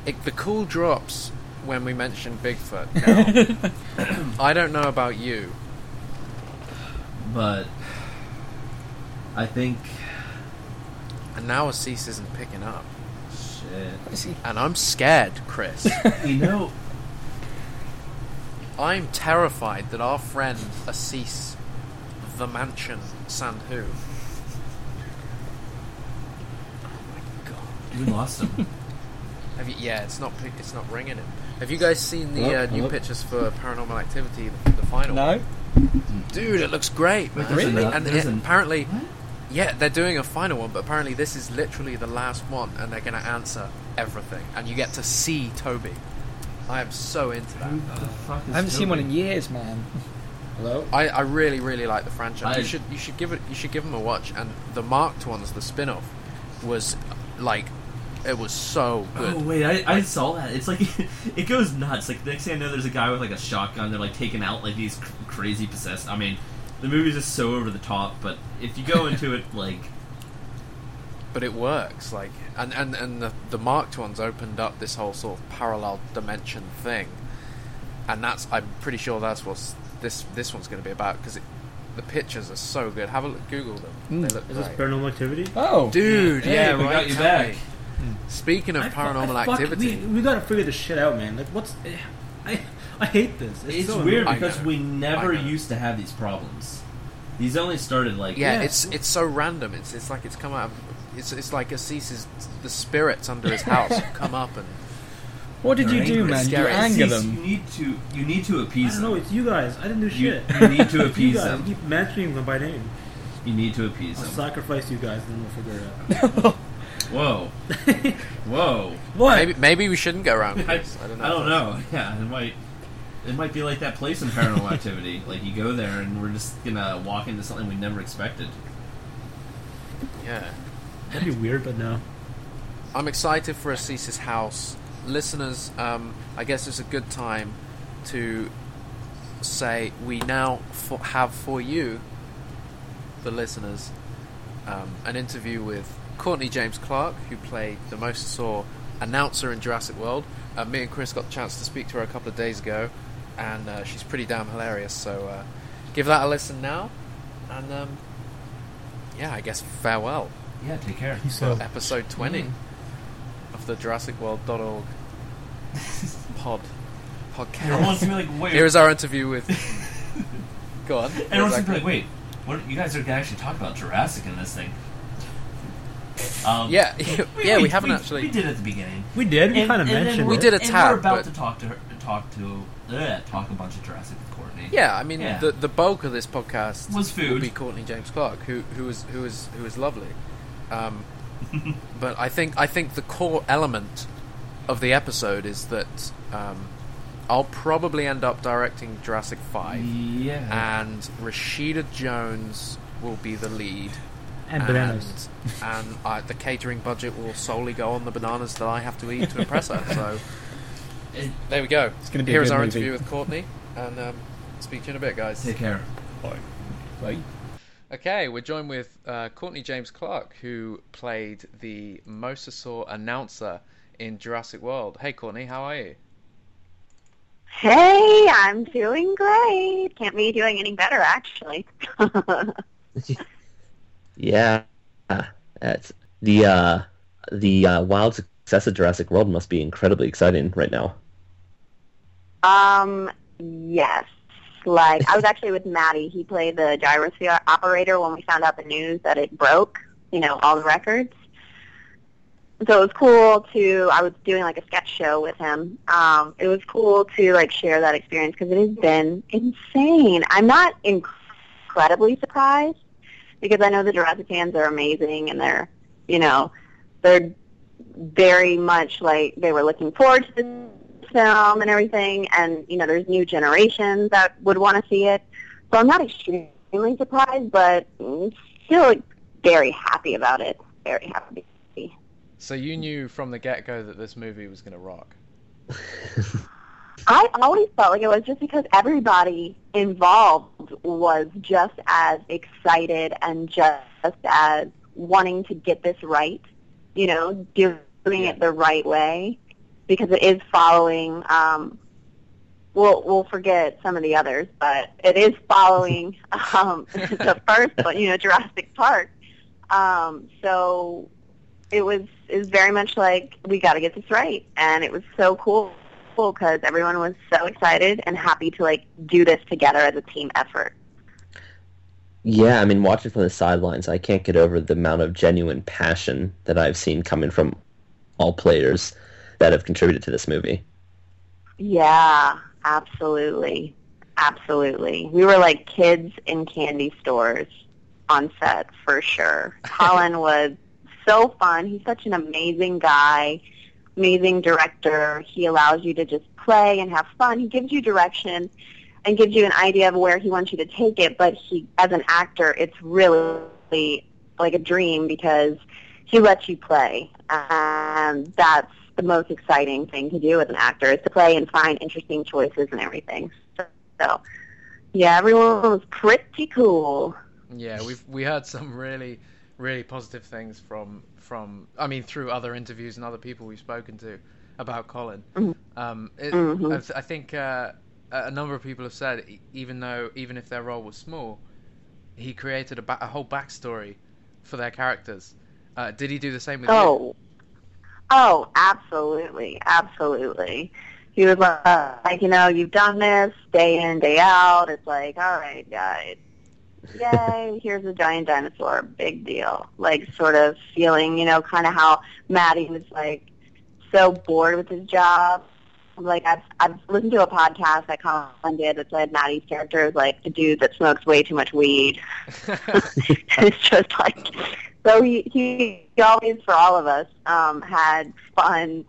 A: it, the cool drops when we mention
D: [LAUGHS]
A: Bigfoot. Now, I don't know about you.
C: But I think
A: And now Assis isn't picking up.
C: shit.
A: And I'm scared,
D: [LAUGHS]
A: Chris. [LAUGHS]
C: You know,
A: I'm terrified that our friend Assis, the mansion, Sandhu.
C: we lost him.
A: Have you, yeah, it's not pic- it's not ringing him. Have you guys seen the
B: Hello?
A: uh, new
B: Hello?
A: pictures for Paranormal Activity, the, the final?
B: No,
A: dude, it looks great.
C: Wait,
A: man.
C: there's Really? another-
A: And
C: there's
A: it-
C: an-
A: apparently, yeah, they're doing a final one, but apparently this is literally the last one, and they're going to answer everything, and you get to see Toby. I am so into that.
C: Who the fuck is
B: I haven't seen one
C: Toby?
B: in years, man. Hello.
A: I, I really really like the franchise.
C: I-
A: you should you should give it you should give them a watch. And the marked ones, the spin off, was like it was so good.
C: Oh wait, I, I saw that. It's like [LAUGHS] it goes nuts. Like next thing I know, there's a guy with like a shotgun. They're like taking out like these cr- crazy possessed. I mean, the movie's just so over the top. But if
A: [LAUGHS]
C: you go into it, like
A: but it works like and and and the, the marked ones opened up this whole sort of parallel dimension thing and that's i'm pretty sure that's what's this this one's going to be about because the pictures are so good have a look google them
B: Mm.
A: they look
D: Is this
A: great.
D: paranormal activity?
B: Oh,
A: dude
C: Hey,
A: yeah
C: we
A: right
C: got you
A: Tommy.
C: back.
A: speaking of
D: I fu- I
A: paranormal
D: fuck-
A: activity
D: We, we gotta figure this shit out, man. Like, what's eh, I I hate this. It's,
C: it's
D: so
C: weird
A: I
C: because
A: know.
C: we
A: I
C: never
A: know.
C: used to have these problems. These only started like
A: yeah,
D: Yeah.
A: it's it's so random it's it's like it's come out of, it's it's like Assis's the spirits under his house have come up and
B: what did you
C: They're
B: do,
C: angry.
B: man? You
A: Scary.
B: anger
C: Cease,
B: them.
C: You need to you need to
D: I
C: appease
D: don't know.
C: them.
D: It's you guys. I didn't do
C: You, [LAUGHS]
D: shit.
C: you need to
D: [LAUGHS] You
C: appease
D: guys you
C: them.
D: keep mentioning them by name.
C: You need to appease
D: I'll
C: them.
D: sacrifice you guys, and then we'll figure it out.
C: Whoa, [LAUGHS] whoa.
D: what?
A: maybe maybe we shouldn't go around
C: I,
A: Chris. I don't know
C: I don't know. [LAUGHS] Yeah, it might. It might be like that place in [LAUGHS] Paranormal Activity. Like you go there and we're just gonna walk into something we never expected.
A: yeah
D: That'd be weird, but no.
A: I'm excited for Assis's house. Listeners, um, I guess it's a good time to say we now fo- have for you, the listeners, um, an interview with Courtney James Clark, who played the Most Saw announcer in Jurassic World. Uh, me and Chris got the chance to speak to her a couple of days ago, and uh, she's pretty damn hilarious. So uh, give that a listen now, and um, yeah, I guess farewell
C: Yeah, take care.
A: for episode 20 of the Jurassic
C: [LAUGHS]
A: World.org pod
C: Everyone's
A: podcast.
C: gonna be like, wait.
A: Here is our interview with. Go on.
C: everyone's
A: What was
C: gonna be
A: that
C: like, wait. What you guys are gonna actually talk about Jurassic in this thing? Um,
A: Yeah, [LAUGHS] yeah, we haven't
C: [LAUGHS] we,
A: actually.
C: We did at the beginning.
D: We did. We
C: And-
D: kind of
C: and then
D: mentioned
A: we
D: it.
A: did a
C: and
A: tad,
C: We're about
A: but-
C: to talk to her, talk to ugh, talk a bunch of Jurassic with Courtney.
A: Yeah, I mean
C: Yeah.
A: the the bulk of this podcast
C: Was food.
A: will be Courtney James Clark, who who is who is who is lovely.
C: [LAUGHS]
A: Um, but I think I think the core element of the episode is that um, I'll probably end up directing Jurassic Five,
C: Yeah.
A: and Rashida Jones will be the lead.
D: and bananas.
A: And, and I, the catering budget will solely go on the bananas that I have to eat to impress her. So
C: And
A: there we go.
B: It's gonna be a
A: Here's
B: good
A: our
B: movie.
A: interview with Courtney, and um, speak to you in a bit, guys.
C: take care.
B: Right.
A: Okay, we're joined with uh, Courtney James Clark, who played the Mosasaur announcer in Jurassic World. Hey, Courtney, how are you?
E: Hey, I'm doing great. Can't be doing any better, actually. [LAUGHS]
F: Yeah, that's the uh, the uh, wild success of Jurassic World must be incredibly exciting right now.
E: um, yes. Like, I was actually with Maddie. He played the gyrosphere operator when we found out the news that it broke, you know, all the records. so it was cool to I was doing like a sketch show with him. Um, it was cool to like share that experience because it has been insane. I'm not incredibly surprised because I know the Jurassic fans are amazing and they're you know they're very much like they were looking forward to this film and everything and you know there's new generations that would want to see it. So I'm not extremely surprised, but mm, still like, very happy about it. Very happy.
A: So you knew from the get go that this movie was going to rock.
E: I always felt like it was just because everybody involved was just as excited and just as wanting to get this right, you know, doing it the right way, because it is following. Um, we'll we'll forget some of the others, but it is following um, [LAUGHS] the first one, you know, Jurassic Park. Um, so it was it was very much like we got to get this right, and it was so cool because everyone was so excited and happy to like do this together as a team effort.
F: Yeah, I mean, watching from the sidelines, I can't get over the amount of genuine passion that I've seen coming from all players that have contributed to this movie.
E: Yeah, absolutely, absolutely. We were like kids in candy stores on set for sure. Colin was so fun. He's such an amazing guy, amazing director. He allows you to just play and have fun. He gives you direction and gives you an idea of where he wants you to take it, but he as an actor, it's really like a dream because he lets you play. And that's the most exciting thing to do as an actor is to play and find interesting choices and everything. So, so yeah, everyone was pretty cool.
A: Yeah, we've we heard some really really positive things from from I mean through other interviews and other people we've spoken to about Colin. Um, it,
E: Mhm.
A: I've- I think uh, a a number of people have said e- even though even if their role was small, he created a, ba- a whole backstory for their characters. Uh, did he do the same with you?
E: Oh, oh, absolutely, absolutely. He was like, uh, like, you know, you've done this day in, day out. It's like, all right, guys, yay! Here's a giant dinosaur, big deal. Like, sort of feeling, you know, kind of how Maddie was like so bored with his job. Like I've I've listened to a podcast that Colin did that said Maddie's character is like the dude that smokes way too much weed
A: [LAUGHS]
E: [LAUGHS] it's just like so he, he he always for all of us um had fun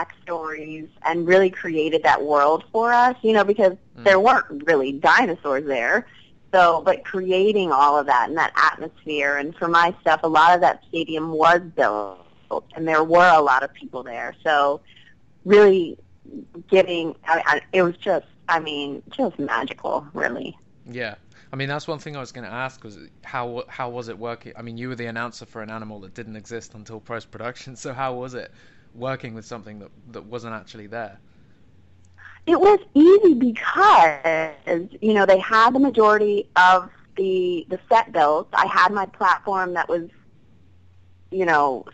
E: backstories and really created that world for us you know because there weren't really dinosaurs there so but creating all of that and that atmosphere and for my stuff a lot of that stadium was built and there were a lot of people there so really giving I, I, it was just i mean just magical really
A: Yeah, I mean that's one thing I was going to ask was how how was it working? I mean you were the announcer for an animal that didn't exist until post production, so how was it working with something that that wasn't actually there?
E: It was easy because you know they had the majority of the the set built. I had my platform that was, you know,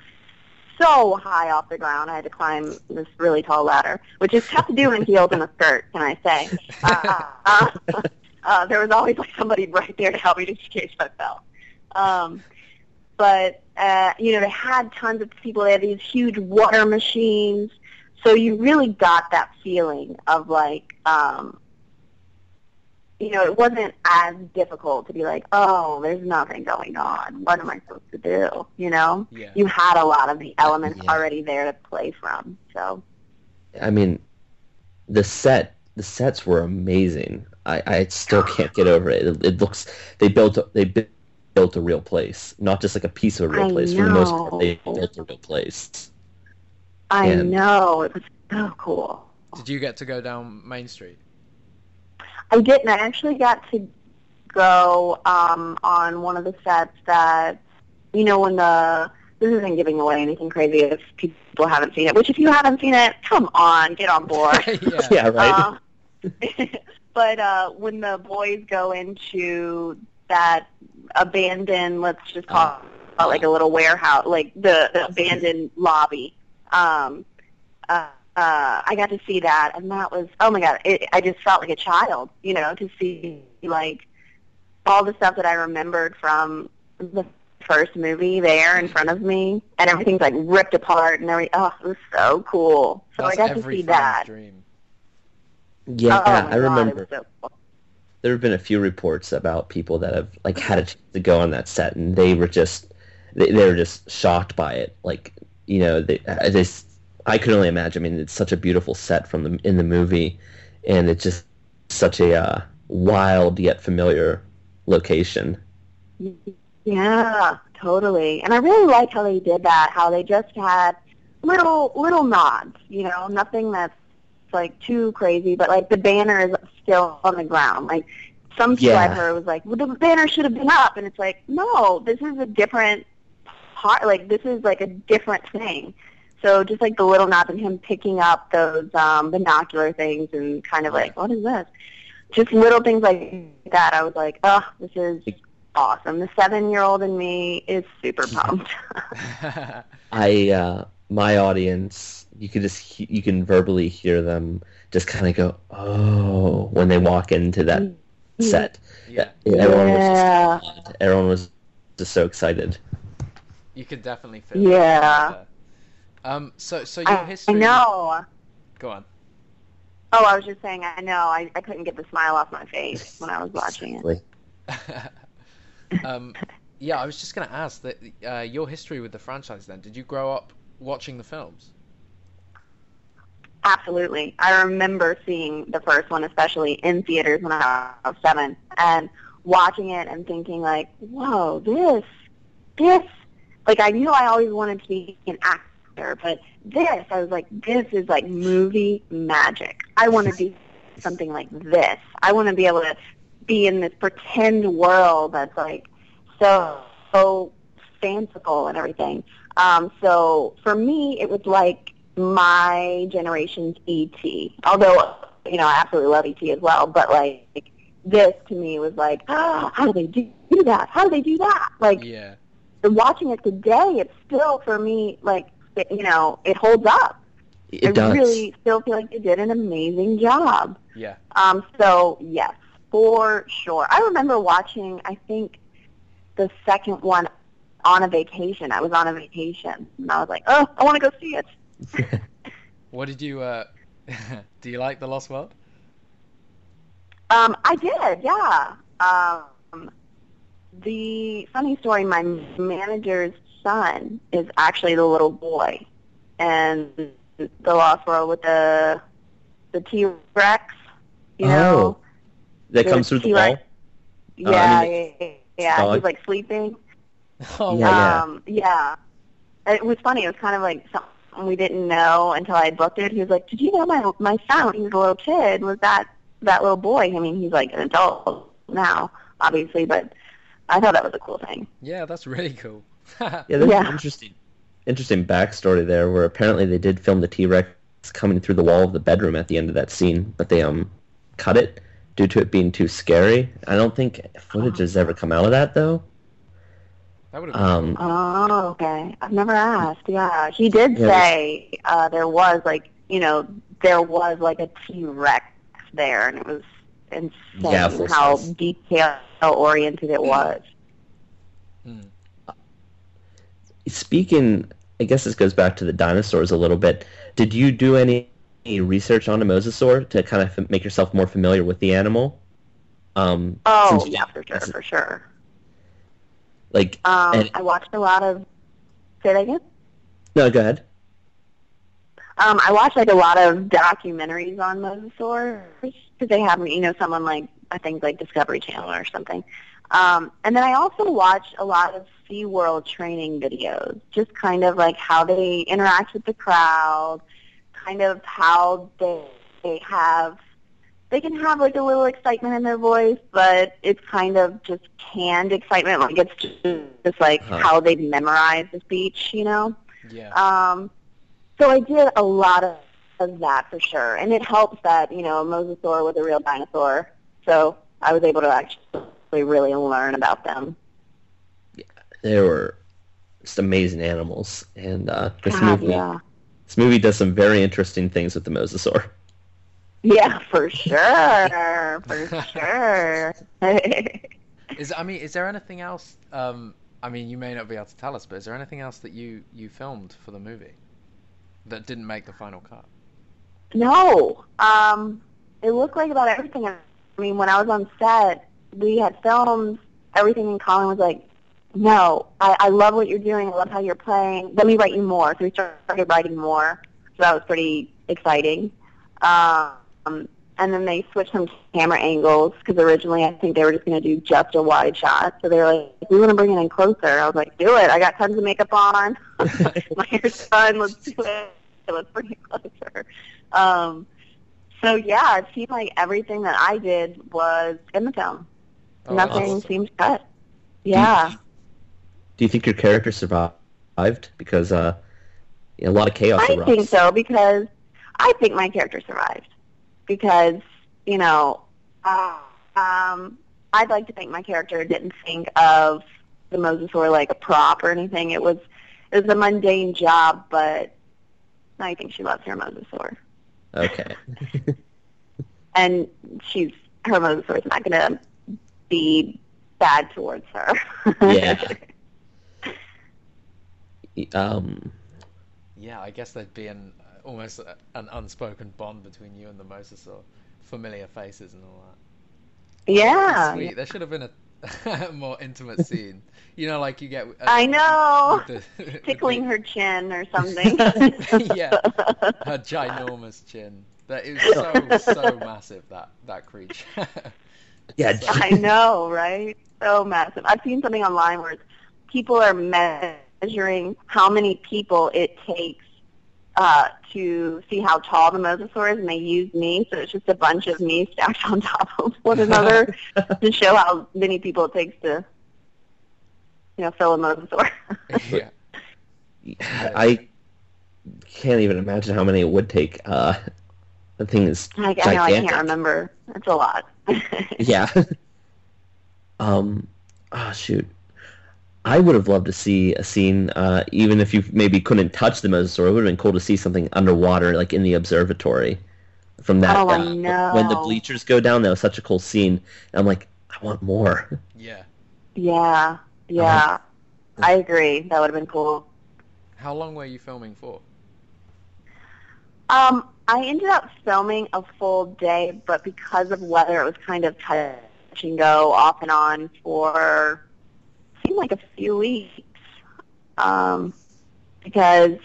E: so high off the ground. I had to climb this really tall ladder, which is tough to do in heels and a skirt. Can I say? Uh, uh, uh, uh, there was always like somebody right there to help me just in case I fell. Um, but uh, you know they had tons of people. They had these huge water machines. So you really got that feeling of like, um, you know, it wasn't as difficult to be like, oh, there's nothing going on. What am I supposed to do? You know,
A: Yeah.
E: you had a lot of the elements
F: Yeah.
E: already there to play from. So
F: I mean, the set the sets were amazing. I, I still can't get over it. it. It looks they built they bu- built a real place, not just like a piece of a real
E: I
F: place. For the most
E: know.
F: part, they built a real place.
E: I
F: Yeah.
E: know it was so cool.
A: Did you get to go down Main
E: [LAUGHS]
A: Street?
E: I didn't. I actually got to go um, on one of the sets that, you know, when the this isn't giving away anything crazy if people haven't seen it. Which, if you haven't seen it, come on, get on board.
A: [LAUGHS] yeah.
F: [LAUGHS] Yeah, right.
E: Uh, [LAUGHS] but uh, when the boys go into that abandoned, let's just call it like a little warehouse, like the, the abandoned lobby, um, uh, uh, I got to see that, and that was oh my god! It, I just felt like a child, you know, to see like all the stuff that I remembered from the first movie there in front of me, and everything's like ripped apart, and every oh, it was so cool. So
A: That's
E: I got to
A: every
E: see
A: fan's
E: that.
A: dream. [LAUGHS]
F: Yeah,
E: oh, my
F: I remember.
E: God, it was so cool.
F: there have been a few reports about people that have like had a chance to go on that set and they were just they, they were just shocked by it like you know they, I- they s- i could only imagine i mean it's such a beautiful set from the in the movie and it's just such a uh, wild yet familiar location
E: Yeah, totally. And I really like how they did that, how they just had little little nods, you know, nothing that's like too crazy, but like the banner is still on the ground. Like some people
F: Yeah.
E: I've heard was like, Well the banner should have been up and it's like, No, this is a different part like this is like a different thing. So just like the little nods and him picking up those um binocular things and kind of like, What is this? Just little things like that. I was like, Oh, this is awesome. The seven year old in me is super
F: [LAUGHS]
E: pumped.
F: I uh, my audience, you could just he- you can verbally hear them just kind of go oh when they walk into that set.
A: yeah,
F: Everyone was just,
E: Mm-hmm. yeah.
F: everyone was just so excited.
A: you can definitely feel. it.
E: Yeah.
A: Um. So, so your
E: I, I
A: history.
E: know.
A: Go
E: [LAUGHS]
A: on.
E: Oh, I was just saying, I know. I, I couldn't get the smile off my
F: [LAUGHS]
E: face when I was watching it.
F: Like,
A: um, yeah, I was just going to ask that uh, your history with the franchise. Then, did you grow up watching the films?
E: Absolutely. I remember seeing the first one, especially in theaters when I was seven, and watching it and thinking like, whoa, this, this, like I knew I always wanted to be an actor, but this, I was like, this is like movie magic. I want to do something like this. I want to be able to be in this pretend world that's like so, so fanciful and everything. Um, so for me, it was like my generation's ET. Although, you know, I absolutely love ET as well, but like this to me was like, oh, how do they do do that? How do they do that? Like
A: Yeah.
E: watching it today, it's still for me like it- you know, it holds up.
F: it
E: I
F: does.
E: really still feel like they did an amazing job.
A: Yeah.
E: Um, so yes, for sure. I remember watching, I think, the second one on a vacation. I was on a vacation, and I was like, oh, I want to go see it.
A: What did you? Uh, [LAUGHS] do you like the Lost World? [LAUGHS]
E: Um, I did, yeah. Um, the funny story, my manager's son is actually the little boy, and the Lost World with the the T Rex,
F: Oh.
E: you know.
F: that comes through the wall.
E: T-Rex.
F: Oh, I
E: Yeah,
F: mean,
E: yeah, yeah, yeah.
F: dog.
E: He's like sleeping.
A: Oh,
F: Yeah, yeah.
E: Um, yeah. It was funny. It was kind of like something we didn't know until I booked it. He was like, "Did you know my my son? He was a little kid. Was that that little boy? I mean, he's like an adult now, obviously, but I thought that was a cool thing.
A: yeah, that's really cool. [LAUGHS]
F: Yeah, there's an
E: Yeah.
F: interesting, interesting backstory there, where apparently they did film the T Rex coming through the wall of the bedroom at the end of that scene, but they um cut it due to it being too scary. I don't think footage has ever come out of that though.
A: That would have been
F: Um,
E: Oh, okay. I've never asked. Yeah, he did
F: Yeah.
E: say uh, there was like you know there was like a T Rex there, and it was insane
F: Yeah, full
E: how
F: size.
E: detail oriented it was.
F: speaking, I guess this goes back to the dinosaurs a little bit. Did you do any, any research on a mosasaur to kind of f- make yourself more familiar with the animal? Um,
E: Oh,
F: since you-
E: yeah, for sure, for sure.
F: like
E: Um,
F: And-
E: I watched a lot of. Say that again.
F: no, go ahead.
E: Um, I watched like a lot of documentaries on mosasaurs because they have, you know, someone like I think like Discovery Channel or something. Um, and then I also watched a lot of SeaWorld training videos, just kind of like how they interact with the crowd, kind of how they they have they can have like a little excitement in their voice, but it's kind of just canned excitement, like it's just, just like
F: Huh.
E: how they memorize the speech, you know.
A: yeah.
E: Um, so I did a lot of, of that for sure, and it helps that you know a mosasaur was a real dinosaur, so I was able to actually really learn about them.
F: They were just amazing animals, and uh, this
E: God,
F: movie
E: yeah,
F: this movie does some very interesting things with
E: [LAUGHS]
F: the mosasaur.
E: yeah, for sure, for sure. [LAUGHS]
A: Is I mean, is there anything else um, I mean, you may not be able to tell us, but is there anything else that you you filmed for the movie that didn't make the final cut?
E: No. Um, it looked like about everything. I mean, when I was on set, we had filmed everything, and Colin was like, "No, I, I love what you're doing. I love how you're playing. Let me write you more." So we started writing more. So that was pretty exciting. Um, and then they switched some camera angles because originally I think they were just going to do just a wide shot. So they were like, "We want to bring it in closer." I was like, "Do it! I got tons of makeup on. [LAUGHS] My hair's done. Let's do it." so let's bring it closer. Um, so yeah, it seemed like everything that I did was in the film.
A: Oh,
E: Nothing
A: awesome.
E: seemed cut. Yeah.
F: Do you think your character survived? Because uh, a lot of chaos
E: I
F: erupts.
E: think so because I think my character survived because you know uh, um, I'd like to think my character didn't think of the mosasaur like a prop or anything. It was it was a mundane job, but I think she loves her mosasaur, [LAUGHS]
F: Okay.
E: and she's her mosasaur's not going to be bad towards her.
F: Yeah. um,
A: Yeah, I guess there'd be an almost a- an unspoken bond between you and the mosasaur, familiar faces and all that.
E: [LAUGHS] yeah.
A: Sweet. There should have been a [LAUGHS] more intimate scene. You know, like you get. uh,
E: I know.
A: with the- [LAUGHS] with the-
E: Tickling her chin or something. [LAUGHS]
A: yeah, her ginormous chin. That is so so massive. That that creature. [LAUGHS]
F: yeah.
E: [LAUGHS] I know, right? So massive. I've seen something online where it's- people are measuring how many people it takes uh, to see how tall the mosasaur is, and they use me, so it's just a bunch of me stacked on top of [LAUGHS] one another to show how many people it takes to, you know, fill a mosasaur. [LAUGHS]
A: yeah.
F: [LAUGHS] I can't even imagine how many it would take. Uh, the thing is
E: I,
F: gigantic.
E: I know I can't remember. It's a lot. [LAUGHS]
F: Yeah. [LAUGHS] um. Ah, shoot. I would have loved to see a scene, uh, even if you maybe couldn't touch the mosasaur. It would have been cool to see something underwater, like in the observatory. From that,
E: Oh, I
F: uh, when the
E: know.
F: bleachers go down, that was such a cool scene. And I'm like, I want more. [LAUGHS]
A: Yeah.
E: yeah, yeah. I agree. That would have been cool.
A: How long were you filming for?
E: Um, I ended up filming a full day, but because of weather, it was kind of touch and go off and on for seemed like a few weeks. Um, because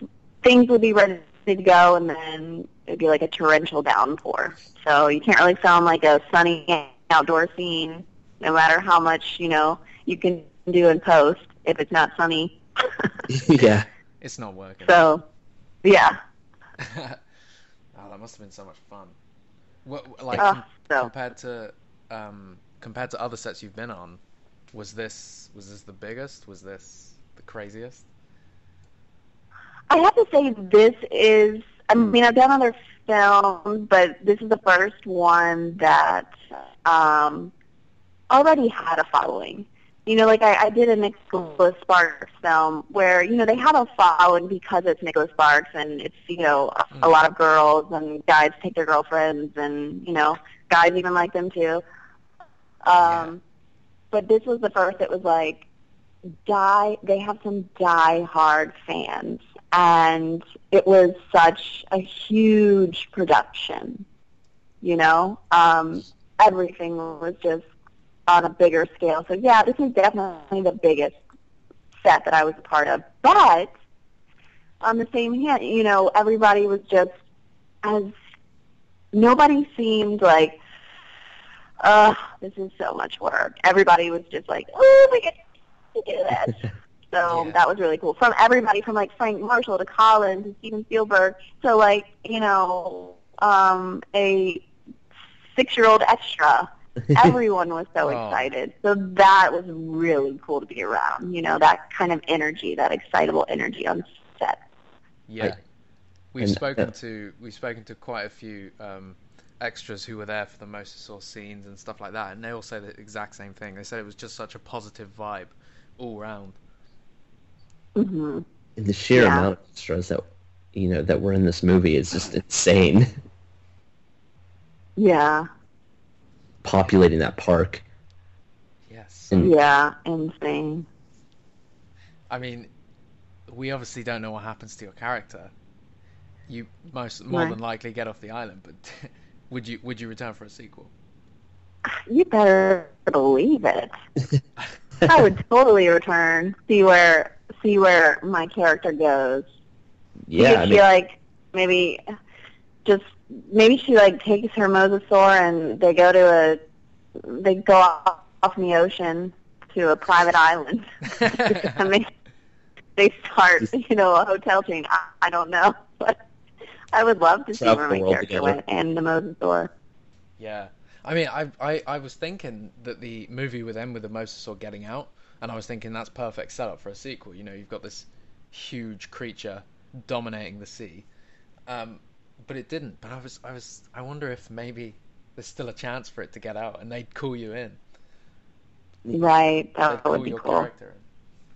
E: things would be ready to go, and then it'd be like a torrential downpour. So you can't really film like a sunny outdoor scene, no matter how much you know you can do in post if it's not sunny. [LAUGHS]
F: yeah.
A: It's not working. [LAUGHS]
E: so, yeah.
A: oh, that must have been so much fun. What, like
E: Uh,
A: com-
E: so.
A: compared to um, compared to other sets you've been on, was this was this the biggest? Was this the craziest?
E: I have to say this is. I mean, I've done other films, but this is the first one that um, already had a following. You know, like I, I did a Nicholas Sparks film where you know they have a following because it's Nicholas Sparks and it's you know a, a lot of girls and guys take their girlfriends and you know guys even like them too. Um, But this was the first that was like die they have some die hard fans and it was such a huge production you know um everything was just on a bigger scale so yeah this is definitely the biggest set that i was a part of but on the same hand you know everybody was just as nobody seemed like Ugh, this is so much work. Everybody was just like, oh my god, to do this. So
A: Yeah.
E: that was really cool. From everybody, from like Frank Marshall to Collins to Steven Spielberg to like, you know, um, a six-year-old extra. Everyone was so
A: Oh.
E: excited. So that was really cool to be around, you know, that kind of energy, that excitable energy on set.
A: Yeah.
F: I-
A: we've
F: and-
A: spoken to we've spoken to quite a few um, extras who were there for the mosasaur scenes and stuff like that, and they all say the exact same thing. They said it was just such a positive vibe all round.
E: hmm
F: And the sheer
E: Yeah.
F: amount of extras that you know that were in this movie is just insane. [LAUGHS]
E: Yeah,
F: Populating that park.
A: Yes.
F: And-
E: yeah, insane.
A: I mean, we obviously don't know what happens to your character. You most more
E: Right.
A: than likely get off the island, but [LAUGHS] would you would you return for a sequel? [LAUGHS]
E: You better believe it. I would totally return. See where see where my character goes.
F: Yeah,
E: Because
F: I
E: she
F: mean,
E: like maybe just maybe she like takes her mosasaur and they go to a they go off, off in the ocean to a private island [LAUGHS] and they they start you know a hotel chain. I, I don't know, [LAUGHS] but I would love to see where
F: Travel the
E: my
F: world
E: character
F: together.
E: went and the mosasaur.
A: yeah, I mean, I, I I was thinking that the movie would end with the mosasaur getting out, and I was thinking that's perfect setup for a sequel. You know, you've got this huge creature dominating the sea, um, but it didn't. But I was I was I wonder if maybe there's still a chance for it to get out, and they'd call you in.
E: Right,
A: They'd
E: that
A: call
E: would be
A: your
E: cool.
A: character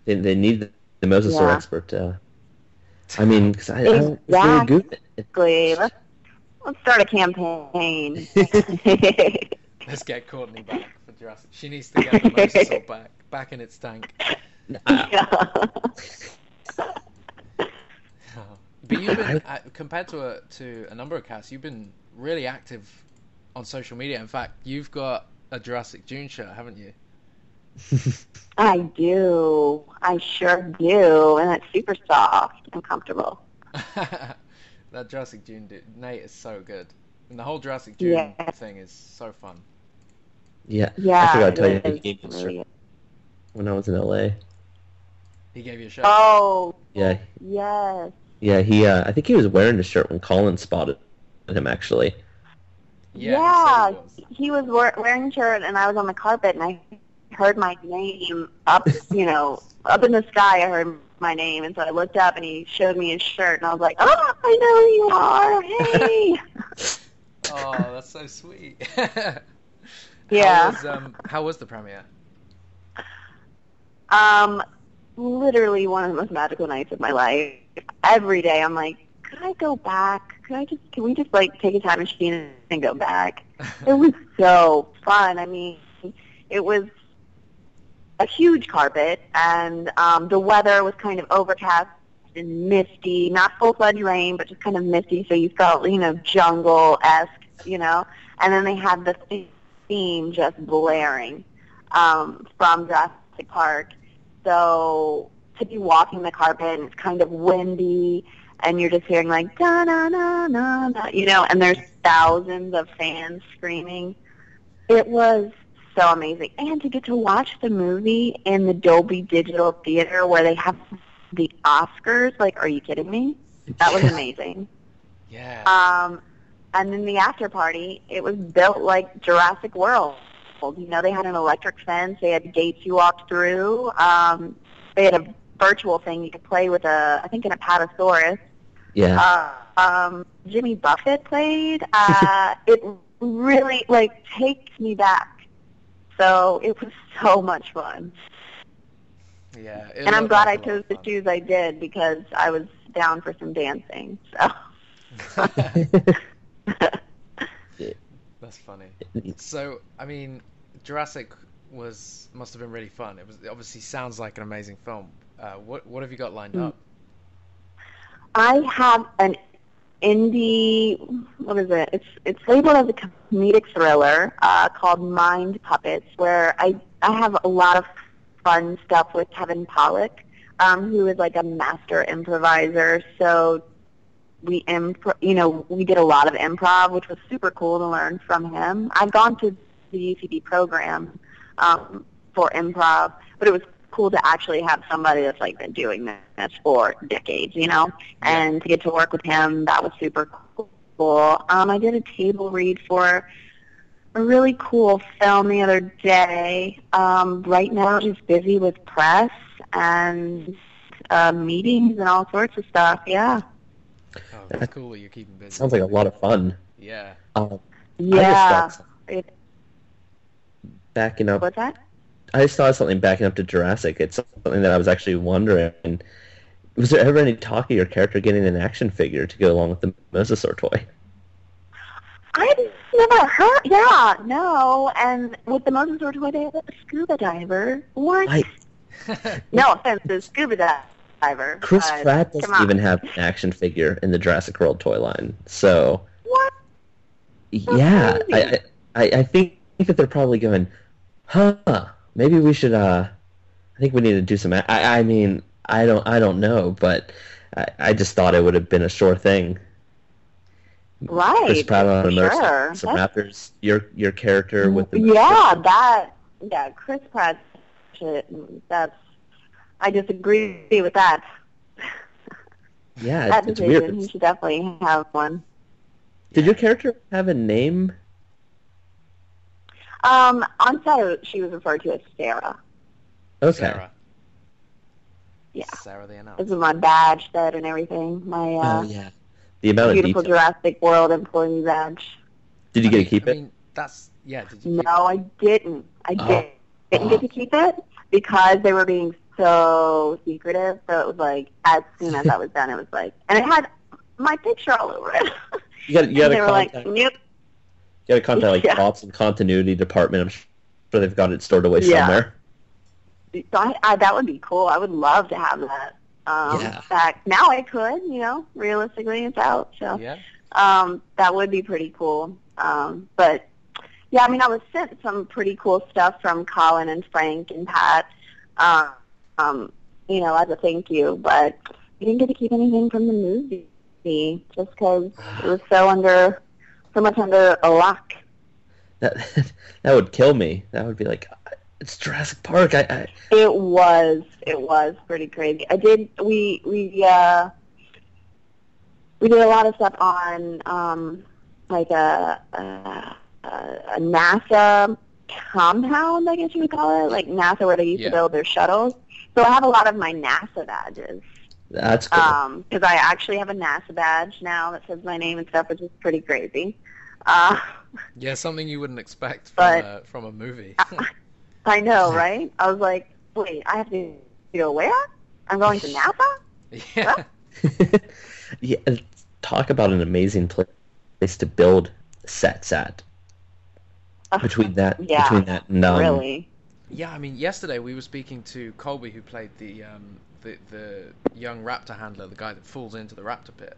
A: in.
F: they, they need the, the mosasaur
E: Yeah.
F: expert. Uh, I mean, because I, I don't think they're
E: Exactly.
F: good. at-
E: Exactly. Let's, let's start a
F: [LAUGHS]
E: campaign. [LAUGHS]
A: Let's get Courtney back for Jurassic. She needs to get the
E: [LAUGHS]
A: mosasaur back, back in its tank.
E: Yeah.
A: But you've been, uh, compared to a, to a number of casts, you've been really active on social media. In fact, you've got a Jurassic June shirt, haven't you? [LAUGHS]
E: I do. I sure do. And it's super soft and comfortable.
A: that Jurassic June, dude, Nate is so good, and the whole Jurassic June
E: Yeah.
A: thing is so fun.
F: Yeah,
E: Yeah.
F: I forgot to tell
E: it
F: you the
E: is.
F: game
E: It
F: was
E: really is.
F: when I was in LA.
A: He gave you a shirt.
E: Oh,
F: Yeah,
E: yes.
F: yeah. He, uh, I think he was wearing the shirt when Colin spotted him. Actually,
A: yeah, he said he was.
E: He was wear- wearing a shirt and I was on the carpet and I heard my name up, you know, up in the sky. I heard my name. And so I looked up and he showed me his shirt and I was like, oh, I know who you are. Hey.
A: Oh, that's so sweet. [LAUGHS] How
E: yeah.
A: was, um, how was the premiere?
E: Um, literally one of the most magical nights of my life. Every day I'm like, could I go back? Could I just, can we just like take a time machine and go back? It was so fun. I mean, it was a huge carpet and um, the weather was kind of overcast and misty, not full fledged rain, but just kind of misty. So you felt, you know, jungle-esque, you know, and then they had the theme just blaring um, from Jurassic Park. So to be walking the carpet and it's kind of windy and you're just hearing like da na na na na you know, and there's thousands of fans screaming. It was so amazing. And to get to watch the movie in the Dolby Digital Theater where they have the Oscars, like, are you kidding me? That was amazing.
A: Yeah.
E: Um, and then the after party, it was built like Jurassic World. You know, they had an electric fence. They had gates you walked through. Um, they had a virtual thing you could play with a, I think, an apatosaurus.
F: yeah,
E: Uh, um, Jimmy
A: [LAUGHS]
E: Buffett played. Uh, it really like takes me back. So it was so much fun,
A: yeah. it
E: and I'm
A: looked
E: glad I
A: like a lot
E: chose
A: of
E: the
A: fun. [LAUGHS]
E: shoes I did because I was down for some dancing. So Uh,
A: That's funny. So, I mean, Jurassic was must have been really fun. It was it obviously sounds like an amazing film. Uh, what what have you got
E: Hmm.
A: lined up?
E: I have an indie. What is it? It's it's labeled as a comedic thriller uh, called Mind Puppets, where I I have a lot of fun stuff with Kevin Pollock, um, who is like a master improviser. So we impro- you know we did a lot of improv, which was super cool to learn from him. I've gone to the UCB program um, for improv, but it was cool to actually have somebody that's like been doing this for decades, you know, and to get to work with him, that was super cool. Um, I did a table read for a really cool film the other day. Um, right now, just busy with press and uh, meetings and all sorts of stuff. Yeah,
A: Oh, it's cool that you're keeping busy.
F: [LAUGHS] sounds like a lot of fun.
A: Yeah.
F: Um, I just
E: yeah.
F: thought something
E: It-
F: backing up
E: what's that?
F: I just thought of something backing up to Jurassic. It's something that I was actually wondering. Was there ever any talk of your character getting an action figure to go along with the mosasaur toy?
E: I've never heard. Yeah, no. And with the motorsport toy, they have a scuba diver. What?
F: I
E: No offense to scuba diver.
F: Chris
E: but
F: Pratt
E: come
F: doesn't
E: on.
F: even have an action figure in the Jurassic World toy line. So
E: What?
F: yeah, I,
E: crazy.
F: I I I think that they're probably going, huh? Maybe we should. uh I think we need to do some. I I mean I don't I don't know, but I, I just thought it would have been a sure thing.
E: Right.
F: Chris Pratt on a
E: sure.
F: motorcycle, some
E: That's- Mm-hmm.
F: Raptors. Your your character with the
E: yeah, that yeah, Chris Pratt shit. That's I disagree with that.
F: yeah,
E: That
F: Mm. it's, it's
E: decision.
F: weird.
E: He should definitely have one.
F: Did your character have a name?
E: Um, on set, she was referred to as Sarah.
F: Okay,
A: Sarah.
E: Yeah.
A: Sarah the announcer.
E: This is my badge set and everything. My uh,
F: oh yeah, the amount of
E: beautiful
F: detail.
E: Jurassic World employee badge.
F: Did you
A: I
F: get to
A: mean-
F: keep
A: I
F: it?
A: mean, that's yeah. Did you?
E: No,
A: keep it?
E: I didn't. I
F: Oh.
E: didn't, didn't get to keep it because they were being so secretive. So it was like, as soon as that was done, it was like, and it had my picture all over it.
F: You got you got
E: and [LAUGHS]
F: to
E: they were like,
F: contact.
E: nope.
F: You gotta contact like
E: Yeah.
F: props and continuity department. I'm sure they've got it stored away
E: Yeah.
F: somewhere.
E: So I, I, that would be cool. I would love to have that. Um,
F: Yeah.
E: Back now, I could. You know, realistically, it's out. So.
A: Yeah.
E: Um, that would be pretty cool. Um, but yeah, I mean, I was sent some pretty cool stuff from Colin and Frank and Pat, um, um, you know, as a thank you. But I didn't get to keep anything from the movie just because it was so under, so much under a lock.
F: That [LAUGHS] that would kill me. That would be like it's Jurassic Park. I, I
E: It was. It was pretty crazy. I did. We we uh we did a lot of stuff on um like a a, a NASA compound, I guess you would call it, like NASA where they used
A: Yeah.
E: to build their shuttles. So I have a lot of my NASA badges
F: that's cool.
E: because I actually have a NASA badge now that says my name and stuff, which is pretty crazy. Uh,
A: Yeah, something you wouldn't expect from
E: But-
A: a, from a movie.
E: I
F: [LAUGHS]
E: know, right? I was like, wait, I have to go where? I'm going
F: [LAUGHS]
E: to NASA.
A: [LAUGHS] yeah.
F: [LAUGHS] yeah, talk about an amazing pla- place to build
E: [LAUGHS]
F: sets at. Between that,
E: Yeah,
F: between that, and, um,
E: really.
A: Yeah, I mean, yesterday we were speaking to Colby, who played the um, the the young raptor handler, the guy that falls into the raptor pit,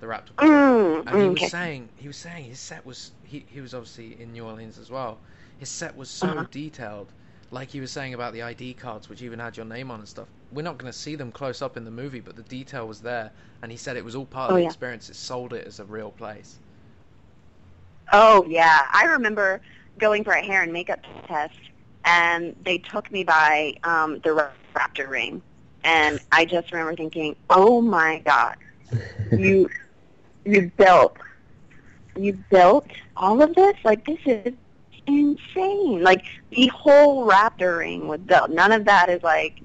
A: the raptor pit.
E: Mm,
A: and he
E: okay.
A: was saying he was saying his set was he, he was obviously in New Orleans as well. His set was so
E: Uh-huh.
A: detailed, like he was saying about the ID cards, which even had your name on and stuff. We're not going to see them close up in the movie, but the detail was there, and he said it was all part of
E: Oh,
A: the
E: yeah.
A: experience. It sold it as a real place.
E: oh yeah, I remember going for a hair and makeup test, and they took me by um, the ra- raptor ring, and I just remember thinking, "Oh my god, you you built you built all of this? Like this is insane! Like the whole raptor ring was built. None of that is like."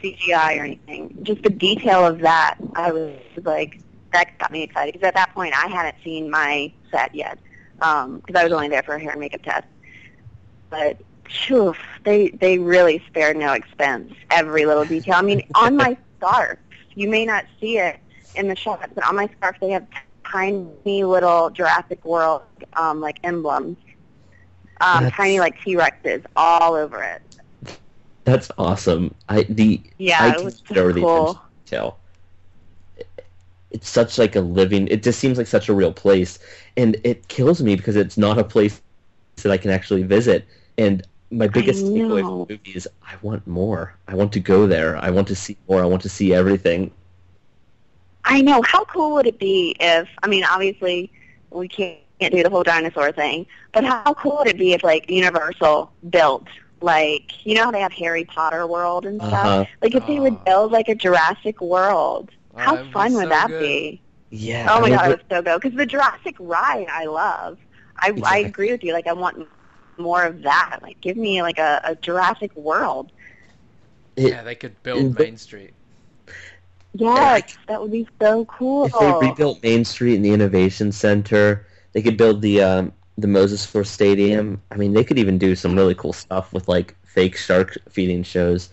E: CGI or anything. Just the detail of that, I was like, that got me excited because at that point I hadn't seen my set yet because I was only there for a hair and makeup test. But phew, they they really spared no expense. Every little detail. I
F: [LAUGHS]
E: mean, on my scarf, you may not see it in the shot, but on my scarf they have tiny little Jurassic World um, like emblems, um,
F: That's-
E: tiny like T Rexes all over it.
F: That's awesome. I the
E: Yeah,
F: I
E: it
F: can
E: was
F: get over the
E: cool.
F: attention to detail. It's such like a living. It just seems like such a real place, and it kills me because it's not a place that I can actually visit. And my biggest takeaway
E: know.
F: from the movie is I want more. I want to go there. I want to see more. I want to see everything.
E: I know. How cool would it be if, I mean, obviously we can't, can't do the whole dinosaur thing, but how cool would it be if, like, Universal built, like, you know how they have Harry Potter World and stuff?
F: Uh-huh.
E: Like, if they
A: Ah.
E: would build, like, a Jurassic World,
A: Oh,
E: how
A: that would be
E: fun
A: so
E: would that
A: good.
E: be?
F: Yeah.
E: Oh, my
F: I
E: God, it
F: love
E: was so good. Because the Jurassic ride, I love. I, I
F: Exactly.
E: agree with you. Like, I want more of that. Like, give me, like, a, a Jurassic World.
F: it.
A: yeah, they could build
F: but-
A: Main Street.
E: Yes, that would be so cool.
F: If they rebuilt Main Street and the Innovation Center, they could build the um, the Moses Floor Stadium. I mean, they could even do some really cool stuff with like fake shark feeding shows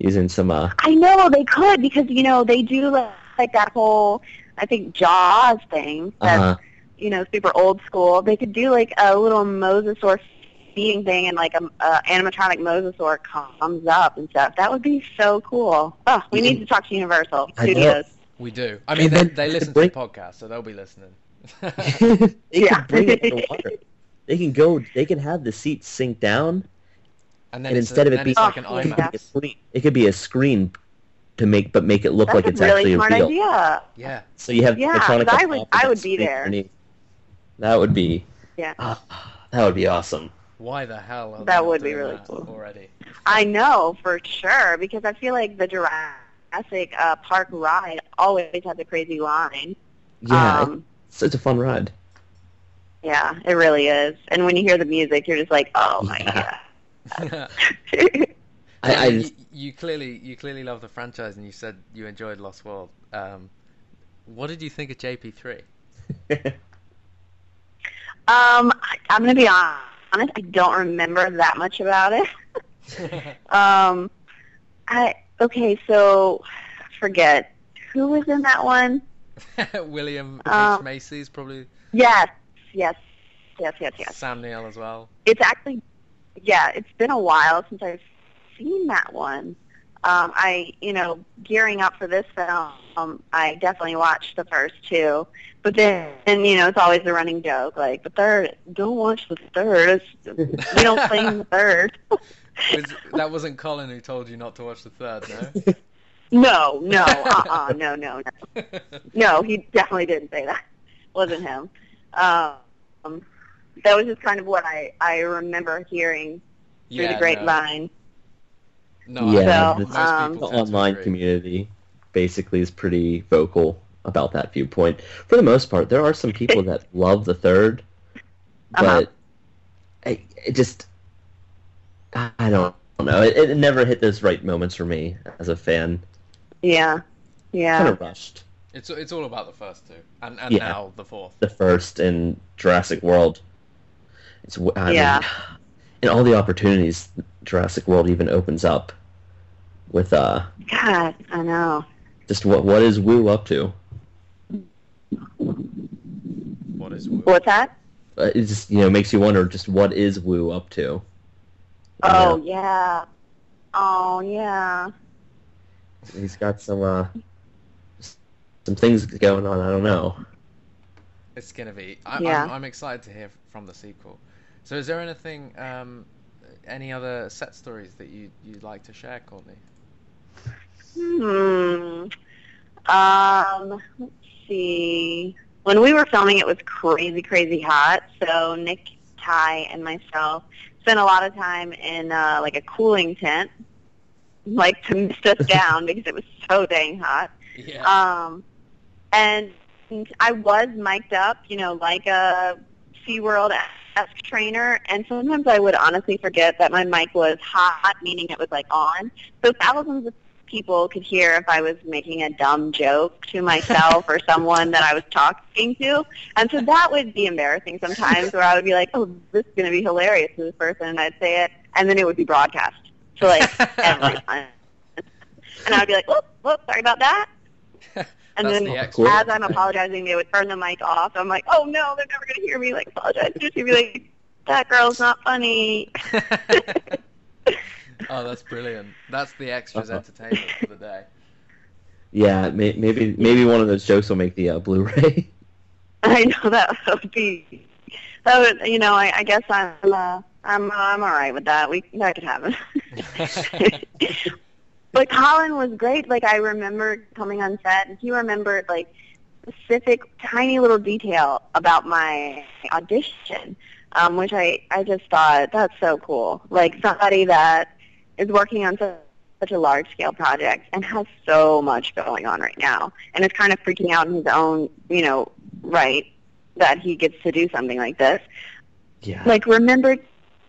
F: using some. Uh,
E: I know they could because you know they do like, like that whole I think Jaws thing that's [LAUGHS]
F: uh,
E: you know super old school. They could do like a little mosasaur beating thing and like a, a animatronic mosasaur comes up and stuff. That would be so cool. Oh, we need to talk to Universal
F: I know.
E: Studios.
A: We do. I mean,
F: And
A: they,
F: then-
A: they listen to the podcast, so they'll be listening. [LAUGHS]
F: they
E: Yeah.
F: can bring it underwater. They can go. They can have the seat sink down,
A: And then
F: and
A: it's a-
F: instead of it
A: then
F: being
A: it's like an
E: Oh,
F: it could be a
A: IMAX.
F: screen, it could be a screen to make, but make it look
E: That's
F: like
E: a
F: it's
E: really
F: actually
E: smart
F: real.
E: idea.
A: Yeah,
F: So you have
E: Yeah,
F: animatronic
E: I
F: on
E: would-
F: top
E: I
F: and
E: would
F: a
E: be
F: screen
E: there.
F: underneath. That would be. [SIGHS]
E: Yeah.
F: Ah, that would be awesome.
A: why the hell? Are they
E: That
A: not
E: would be
A: doing
E: really
A: that
E: cool.
A: already.
E: [LAUGHS]
A: [LAUGHS]
E: I know for sure because I feel like the Jurassic uh, Park ride always has a crazy line.
F: Yeah,
E: Um,
F: it's, it's a fun ride.
E: yeah, it really is. And when you hear the music, you're just like, oh my
F: Yeah.
E: god. [LAUGHS]
F: I, I
A: you,
F: just,
A: you clearly you clearly love the franchise, and you said you enjoyed Lost World. Um, what did you think of JP
E: [LAUGHS]
A: three? [LAUGHS]
E: Um, I, I'm gonna be honest. I don't remember that much about it. um, I okay. So, forget who was in that one.
A: William H
E: Um,
A: Macy's probably
E: Yes, yes, yes, yes, yes.
A: Sam Neill as well.
E: It's actually, yeah. It's been a while since I've seen that one. Um, I, you know, gearing up for this film, um, I definitely watched the first two, but then, and you know, it's always the running joke, like the third. Don't watch the third. It's, we don't claim the third.
A: Was, that wasn't Colin who told you not to watch the third,
F: [LAUGHS]
A: no?
E: No, no, uh-uh, no, no, no. No, he definitely didn't say that. Wasn't him. Um, that was just kind of what I, I remember hearing through the grapevine.
A: No, no I-
F: Yeah,
E: So,
A: most
E: um,
A: people
F: the
A: tend to
F: online
A: agree.
F: community basically is pretty vocal about that viewpoint. For the most part, there are some
E: [LAUGHS]
F: people that love the third,
E: Uh-huh.
F: but I it just I I don't know. It, it never hit those right moments for me as a fan.
E: Yeah, yeah.
F: Kind of rushed
A: It's it's all about the first two, and and
F: Yeah.
A: now the fourth.
F: the first and Jurassic World. It's w- I
E: Yeah.
F: mean, [SIGHS] and all the opportunities Jurassic World even opens up with uh
E: God, I know.
F: just what what is Woo up to?
A: What is Woo?
E: What's that?
F: Uh, it just you know makes you wonder just what is Wu up to.
E: Oh, yeah. Oh, yeah.
F: You know, he's got some uh, some things going on. I don't know.
A: It's gonna be. I,
E: Yeah.
A: I'm, I'm excited to hear from the sequel. So, is there anything, um, any other set stories that you you'd like to share, Courtney?
E: Hmm. Um, let's see. When we were filming, it was crazy, crazy hot. So Nick, Ty, and myself spent a lot of time in uh, like a cooling tent, like to [LAUGHS] mist us down because it was so dang hot.
A: Yeah.
E: Um, and I was mic'd up, you know, like a SeaWorld-esque trainer. And sometimes I would honestly forget that my mic was hot, meaning it was like on. So thousands of people could hear if I was making a dumb joke to myself or someone that I was talking to. And so that would be embarrassing sometimes where I would be like, oh, this is going to be hilarious to this person. And I'd say it. And then it would be broadcast to like
A: [LAUGHS]
E: everyone. And I would be like, whoop, whoop, sorry about that. And
A: That's
E: then
A: the
F: expert.
E: as I'm apologizing, they would turn the mic off. I'm like, oh no, they're never gonna hear me like apologize. They're Just gonna be like, that girl's not funny.
A: [LAUGHS] oh, that's brilliant. That's the extras
F: Uh-huh.
A: entertainment for the day.
F: Yeah, may, maybe maybe one of those jokes will make the uh, Blu-ray. [LAUGHS]
E: [LAUGHS] I know that would be. That would, you know, I, I guess I'm, uh, I'm, I'm all right with that. We that could happen. but Colin was great. Like I remember coming on set, and he remembered like specific tiny little detail about my audition, um, which I I just thought that's so cool. Like somebody that is working on such, such a large scale project and has so much going on right now, and is kind of freaking out in his own you know right that he gets to do something like this
F: Yeah,
E: like remembered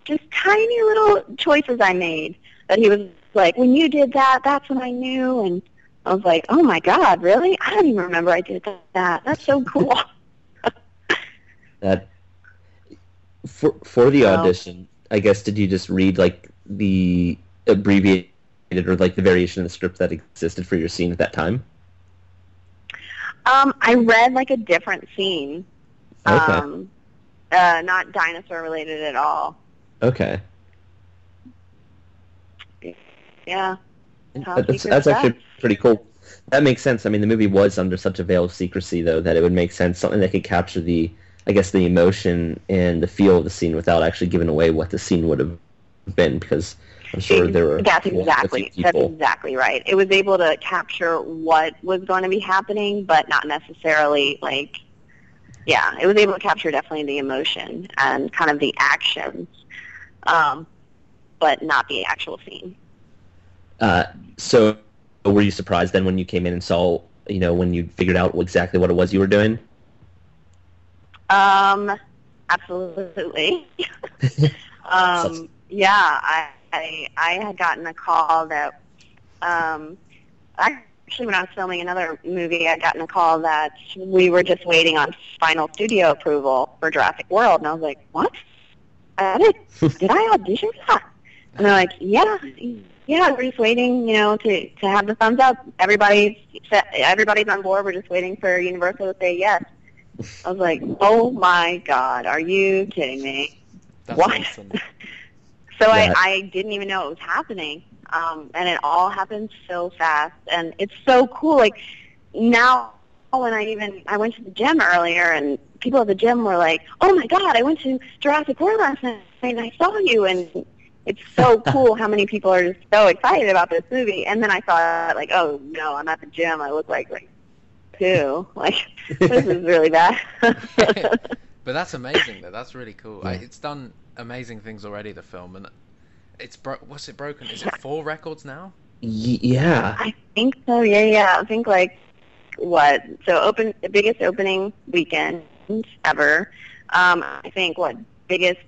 E: just tiny little choices I made that he was like, when you did that, that's when I knew. And I was like, oh my God, really? I don't even remember I did that. That's so
F: [LAUGHS]
E: cool.
F: that for for the
E: Well-
F: audition. I guess did you just read like the abbreviated or like the variation of the script that existed for your scene at that time?
E: um, I read like a different scene.
F: Okay.
E: Um, uh, not dinosaur related at all.
F: Okay.
E: Yeah. Top
F: That's,
E: secret
F: that's actually
E: facts.
F: pretty cool. That makes sense. I mean, the movie was under such a veil of secrecy, though, that it would make sense something that could capture the, I guess, the emotion and the feel of the scene without actually giving away what the scene would have been, because I'm sure there were
E: That's
F: a few
E: exactly. That's
F: people.
E: exactly right. It was able to capture what was going to be happening, but not necessarily like, yeah, it was able to capture definitely the emotion and kind of the actions, um, but not the actual scene.
F: Uh, so, were you surprised then when you came in and saw, you know, when you figured out exactly what it was you were doing?
E: Um, absolutely. um, yeah, I, I I had gotten a call that um, actually when I was filming another movie, I would gotten a call that we were just waiting on final studio approval for Jurassic World, and I was like, what? I did, did I audition for that? And they're like, yeah, yeah, we're just waiting, you know, to, to have the thumbs up. Everybody's everybody's on board. We're just waiting for Universal to say yes. I was like, oh my god, are you kidding me?
A: That's
E: What?
A: awesome.
E: So
F: Yeah.
E: I, I didn't even know it was happening. Um, and it all happened so fast. And it's so cool. Like now when I even, I went to the gym earlier and people at the gym were like, oh my God, I went to Jurassic World last night and I saw you. And it's so cool how many people are just so excited about this movie. And then I thought like, oh no, I'm at the gym. I look like, like, poo. [LAUGHS] Like, this is really bad. [LAUGHS]
A: But that's amazing, though. That's really cool. I, it's done amazing things already. The film and it's bro- what's it broken? Is it four records now?
F: Y- yeah.
E: I think so. Yeah, yeah. I think like what? So open the biggest opening weekend ever. Um, I think what biggest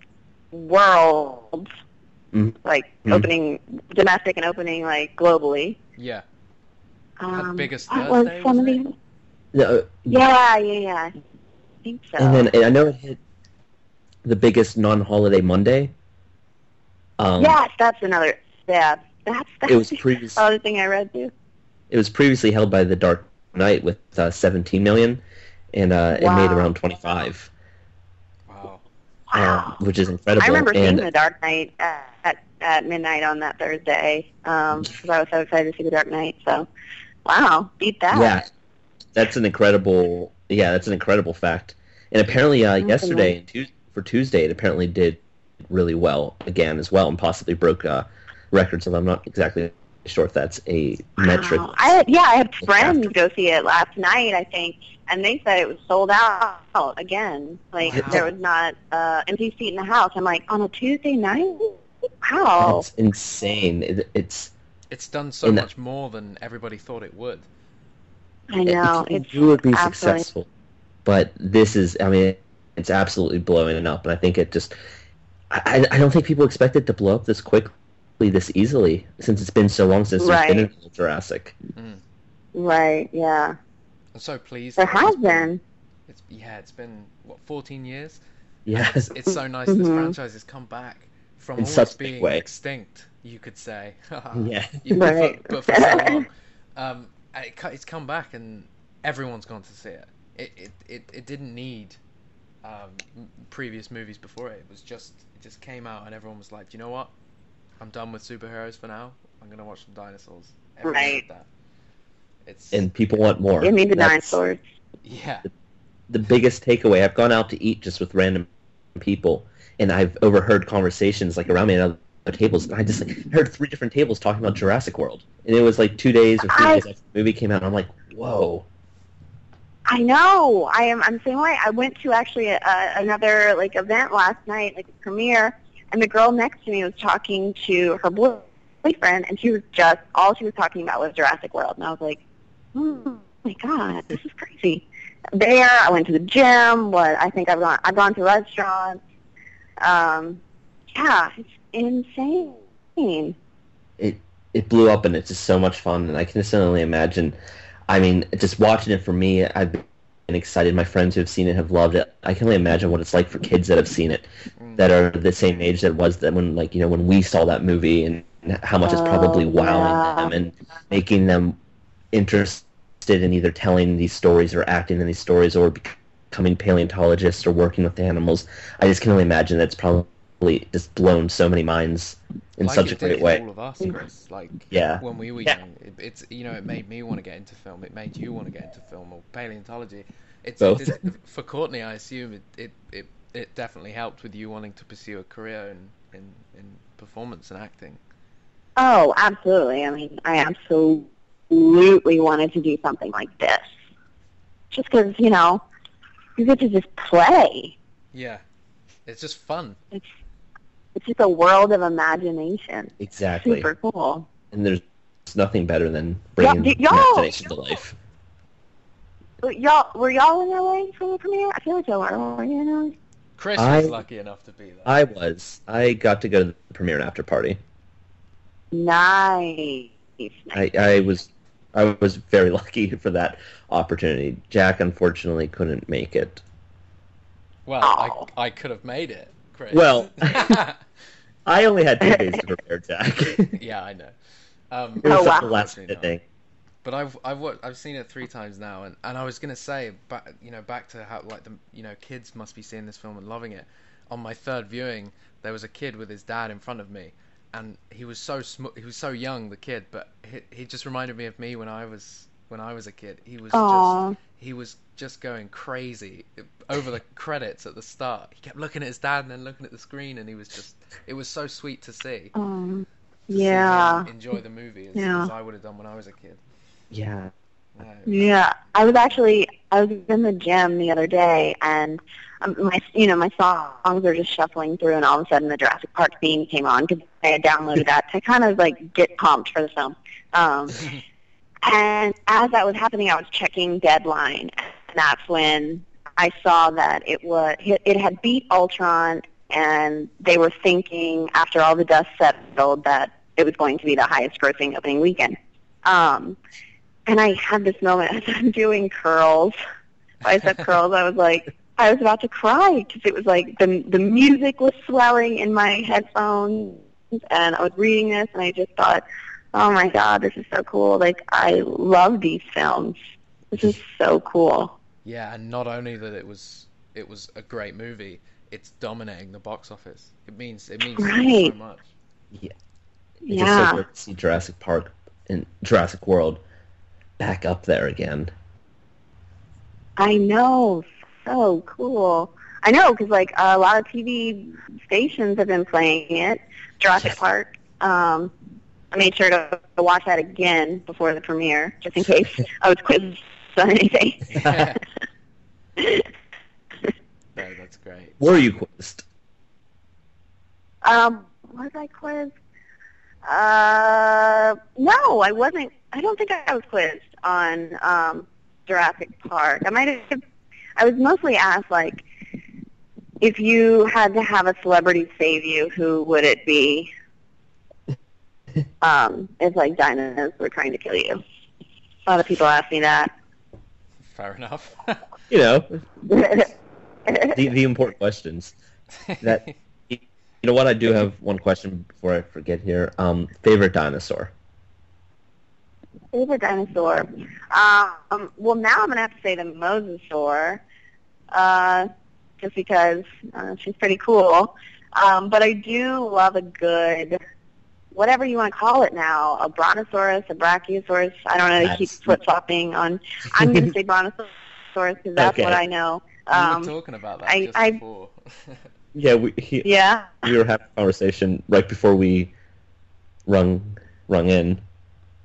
E: world
F: Mhm.
E: like
F: Mhm.
E: opening domestic and opening like globally.
A: Yeah,
E: Um,
A: biggest
E: what
A: Thursday,
E: was some of
A: wasn't
E: the-
F: No,
E: Yeah, yeah, yeah. I think so.
F: uh, And then and I know it hit the biggest non-holiday Monday. Um,
E: yes, that's another. Yeah, that's that's [LAUGHS]
F: It was previous.
E: the other thing I read too.
F: It was previously held by The Dark Knight with uh, 17 million, and uh, it made
E: Wow.
F: around 25,
A: wow.
E: Wow.
F: um, which is incredible.
E: I remember
F: and
E: seeing The Dark Knight at, at, at midnight on that Thursday because I was so excited to see The Dark Knight. So, wow, beat that.
F: yeah, that's an incredible. Yeah, that's an incredible fact. And apparently, uh,
E: That's
F: yesterday and Tues for Tuesday, it apparently did really well again as well, and possibly broke uh, records. Although I'm not exactly sure if that's a metric.
E: Wow. I had- yeah, I had friends go see it last night, I think, and they said it was sold out again. Like
F: Wow.
E: there was not uh, empty seat in the house. I'm like on a Tuesday night. Wow.
F: That's insane. It, it's
A: It's done so
F: And-
A: much more than everybody thought it would.
E: I know.
F: it
E: It's
F: would be
E: absolutely-
F: successful, but this is. I mean, it's absolutely blowing it up, and I think it just. I, I I don't think people expect it to blow up this quickly, this easily, since it's been so long since there's been a Jurassic. [LAUGHS]
E: right. Yeah.
A: I'm so pleased.
E: There
A: that
E: has
A: it's
E: been.
A: It's yeah, it's been what 14 years.
F: Yes,
A: It's, [LAUGHS] it's so nice this
E: Mhm.
A: franchise has come back from
F: In such
A: almost
F: a big
A: being
F: way.
A: extinct, you could say. [LAUGHS]
F: yeah,
A: You-
E: Right.
A: But, but for
E: [LAUGHS]
A: so long, um, it, co- it's come back and everyone's gone to see it. It it, it, it didn't need um, m- previous movies before it. It was just it just came out and everyone was like, "Do you know what? I'm done with superheroes for now. I'm gonna watch some dinosaurs. Everyone did
E: Right.
A: That. It's
F: and people want more.
E: It means the
F: That's
E: dinosaurs.
A: yeah.
F: The biggest takeaway. I've gone out to eat just with random people, and I've overheard conversations like around me at other tables. And I just like, heard three different tables talking about Jurassic World, and it was like two days or three
E: I-
F: days after the movie came out. And I'm like, whoa.
E: I know. I am. I'm the same way. I went to actually a, a, another like event last night, like a premiere, and the girl next to me was talking to her boy- boyfriend, and she was just all she was talking about was Jurassic World, and I was like, oh my god, this is crazy. There, I went to the gym. What I think I've gone. I've gone to restaurants. Um, yeah, it's insane.
F: it it blew up and it's just so much fun and I can just only imagine I mean just watching it for me I've been excited my friends who have seen it have loved it I can only imagine what it's like for kids that have seen it
A: Mm.
F: that are the same age that was that when like you know when we saw that movie and how much it's probably
E: Oh,
F: wowing
E: yeah.
F: them and making them interested in either telling these stories or acting in these stories or becoming paleontologists or working with animals I just can only imagine that's probably really just blown so many minds in
A: like
F: such
A: it
F: a
A: did
F: great
A: for
F: way.
A: All of us, Chris. Like
F: Yeah.
A: when we were
F: Yeah.
A: young, it, it's you know it made me want to get into film. It made you want to get into film or paleontology. It's
F: Both.
A: It did, for Courtney, I assume it, it it it definitely helped with you wanting to pursue a career in in, in performance and acting.
E: Oh, absolutely. I mean, I absolutely wanted to do something like this. Just because, you know, you get to just play.
A: Yeah, it's just fun.
E: It's just a world of imagination.
F: Exactly.
E: Super cool.
F: And there's nothing better than bringing
E: y- y'all-
F: imagination to life.
E: But y'all, were y'all in LA for the premiere? I feel like y'all were. Were you in LA?
A: Chris
F: I-
A: was lucky enough to be there.
F: I was. I got to go to the premiere and after party.
E: Nice.
F: I, I was I was very [LAUGHS] lucky for that opportunity. Jack unfortunately couldn't make it.
A: well,
E: Oh.
A: I I could have made it, Chris.
F: Well- I only had two days to prepare, Jack. [LAUGHS]
A: [LAUGHS]
F: it
A: yeah, I know. Um,
F: was
E: Oh,
F: such
E: wow.
F: a last minute
A: Unfortunately
F: thing.
A: But I've I've wa I've seen it three times now, and, and I was gonna say, back you know, back to how like the you know kids must be seeing this film and loving it. On my third viewing, there was a kid with his dad in front of me, and he was so sm- he was so young, the kid, but he, he just reminded me of me when I was when I was a kid. He was just
E: Aw.
A: he was just going crazy over the credits at the start. He kept looking at his dad and then looking at the screen, and he was just it was so sweet to see.
E: Um,
A: to see him
E: yeah.
A: enjoy the movie as,
E: Yeah.
A: as I would have done when I was a kid.
F: Yeah.
A: Yeah.
E: Yeah, I was actually I was in the gym the other day, and um, my you know my songs are just shuffling through, and all of a sudden the Jurassic Park theme came on because I had downloaded that to kind of like get pumped for the film. Um, and as that was happening, I was checking Deadline, and that's when I saw that it was it had beat Ultron, and they were thinking after all the dust settled that it was going to be the highest grossing opening weekend. Um, and I had this moment as I'm doing curls, bicep curls. I was like, I was about to cry because it was like the the music was swelling in my headphones, and I was reading this, and I just thought, oh my god, this is so cool. Like I love these films. This is so cool.
A: Yeah, and not only that it was it was a great movie, it's dominating the box office. It means it means so- so
E: Right. [LAUGHS]
A: much.
F: It's just so
E: Yeah,
F: great to see Jurassic Park and Jurassic World back up there again.
E: I know. So cool. I know because like a lot of TV stations have been playing it. Jurassic Park. Um, I made sure to, to watch that again before the premiere, just in case I was quizzed on anything.
A: Yeah. no, that's great.
F: Were you quizzed?
E: Um, was I quizzed? Uh, no, I wasn't. I don't think I was quizzed on um, Jurassic Park. I might have. I was mostly asked like, if you had to have a celebrity save you, who would it be? um, it's like dinos were trying to kill you. A lot of people ask me that. [LAUGHS]
A: Fair enough. [LAUGHS]
F: You know, the, the important questions. That- You know what? I do have one question before I forget here. Um, favorite dinosaur?
E: favorite dinosaur. Um, well, now I'm gonna have to say the mosasaur, uh, just because uh, she's pretty cool. Um, but I do love a good, whatever you want to call it now, a brontosaurus, a brachiosaurus. I don't know. They keep
F: That's-
E: flip flopping on. I'm gonna say brontosaurus because that's
F: Okay.
E: what I know.
A: we were
E: Um,
A: talking about that
E: I-
A: just
E: I-
A: before. [LAUGHS]
F: Yeah, we he,
E: yeah.
F: we were having a conversation right before we rung rung in,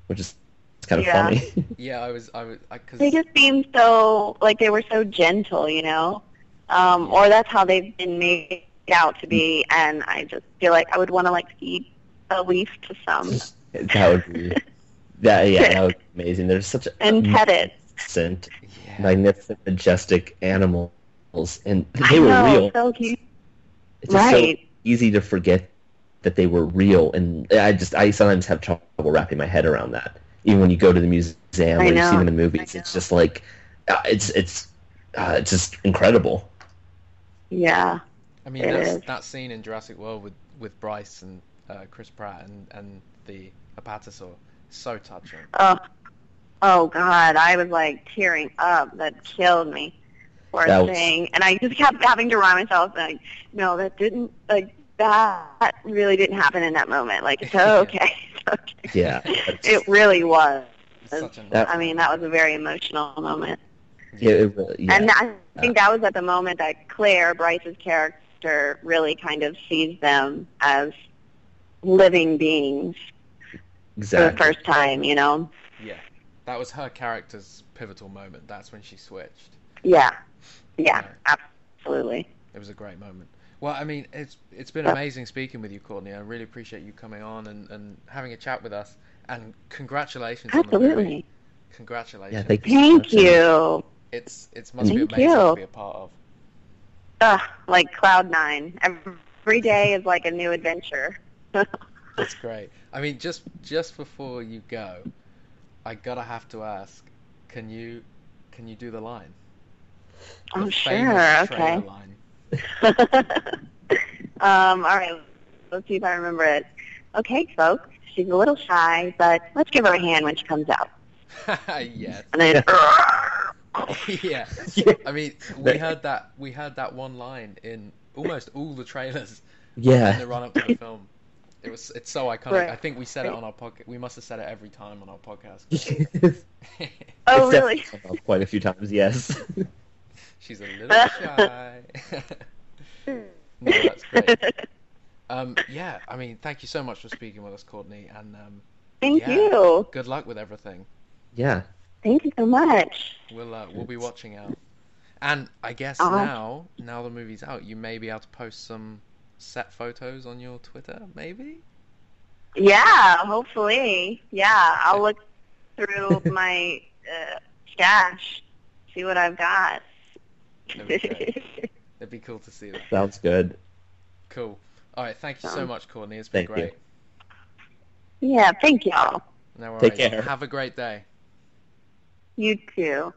F: which is it's kind of
E: Yeah.
F: funny. [LAUGHS]
A: yeah, I was I was because
E: They just seemed so like they were so gentle, you know, um, or that's how they've been made out to be. And I just feel like I would want to like feed a leaf to some
F: that would be that yeah, that would be amazing. There's such a
E: and pet it.
F: magnificent,
A: yeah.
F: magnificent, majestic animals, and they
E: I
F: were
E: know,
F: real.
E: So cute.
F: It's just so
E: Right.
F: easy to forget that they were real, and I just I sometimes have trouble wrapping my head around that. Even when you go to the museum
E: I
F: or you see
E: know,
F: them in
E: I
F: movies, it's just like uh, it's it's uh, it's just incredible.
E: yeah.
A: I mean
E: It
A: that's,
E: is.
A: that scene in Jurassic World with with Bryce and uh, Chris Pratt and and the Apatosaur, so touching.
E: Oh. Oh God. I was like tearing up. That killed me. Poor
F: That was-
E: thing. And I just kept having to remind myself like, no, that didn't like that really didn't happen in that moment. Like,
F: [LAUGHS]
E: it's okay. [LAUGHS] It's okay. [LAUGHS]
F: Yeah.
E: It really was.
A: It's such a
F: That-
E: I mean, that was a very emotional moment.
F: Yeah, it really- yeah.
E: And I think that was at the moment that Claire, Bryce's character, really kind of sees them as living beings for the
F: exactly.
E: first time, you know?
A: yeah. That was her character's pivotal moment. That's when she switched.
E: Yeah. Yeah,
A: Yeah.
E: absolutely.
A: It was a great moment. Well, I mean, it's it's been amazing speaking with you, Courtney. I really appreciate you coming on and, and having a chat with us. And congratulations on the movie.
E: Absolutely.
A: Congratulations.
F: Yeah, thank you. so
E: Thank
F: much, and
E: you.
A: It's it must be
E: Thank
A: amazing to
E: you.
A: be a part of.
E: Ugh, like cloud nine. Every day is like a new adventure.
A: That's great. I mean, just just before you go, I gotta have to ask: Can you can you do the line? The
E: I'm Oh, sure.
A: famous trailer
E: Okay.
A: Line.
E: [LAUGHS] um, all right. Let's see if I remember it. Okay, folks. She's a little shy, but let's give her a hand when she comes out.
A: [LAUGHS] yes.
E: And then, [LAUGHS]
A: yeah. I mean, we heard that we heard that one line in almost all the trailers in
F: [LAUGHS] Yeah. [LAUGHS]
A: the [LAUGHS] run up to the film. It was it's so iconic.
E: Right.
A: I think we said it on our podcast. We must have said it every time on our podcast.
E: oh,
F: It's def-
E: really?
F: Quite a few times, yes.
A: [LAUGHS]
F: [LAUGHS]
A: She's a
E: [LAUGHS]
A: little shy. [LAUGHS] no, that's great. Um, yeah, I mean, thank you so much for speaking with us, Courtney, and um,
E: [LAUGHS] Thank
A: Yeah.
E: you.
A: good luck with everything.
F: yeah.
E: Thank you so much.
A: We'll uh, we'll be watching out. And I guess
E: Alright.
A: now now the movie's out, you may be able to post some set photos on your Twitter, maybe.
E: Yeah, hopefully. Yeah, I'll look
A: [LAUGHS]
E: through my uh, stash, see what I've got.
A: That'd be,
E: [LAUGHS]
A: great. That'd be cool to see that.
F: Sounds good.
A: Cool. All right, thank you so
E: Um,
A: much, Courtney. It's been
F: Thank you.
A: great.
E: yeah, thank y'all.
A: No worries.
F: Take care.
A: Have a great day.
E: You too.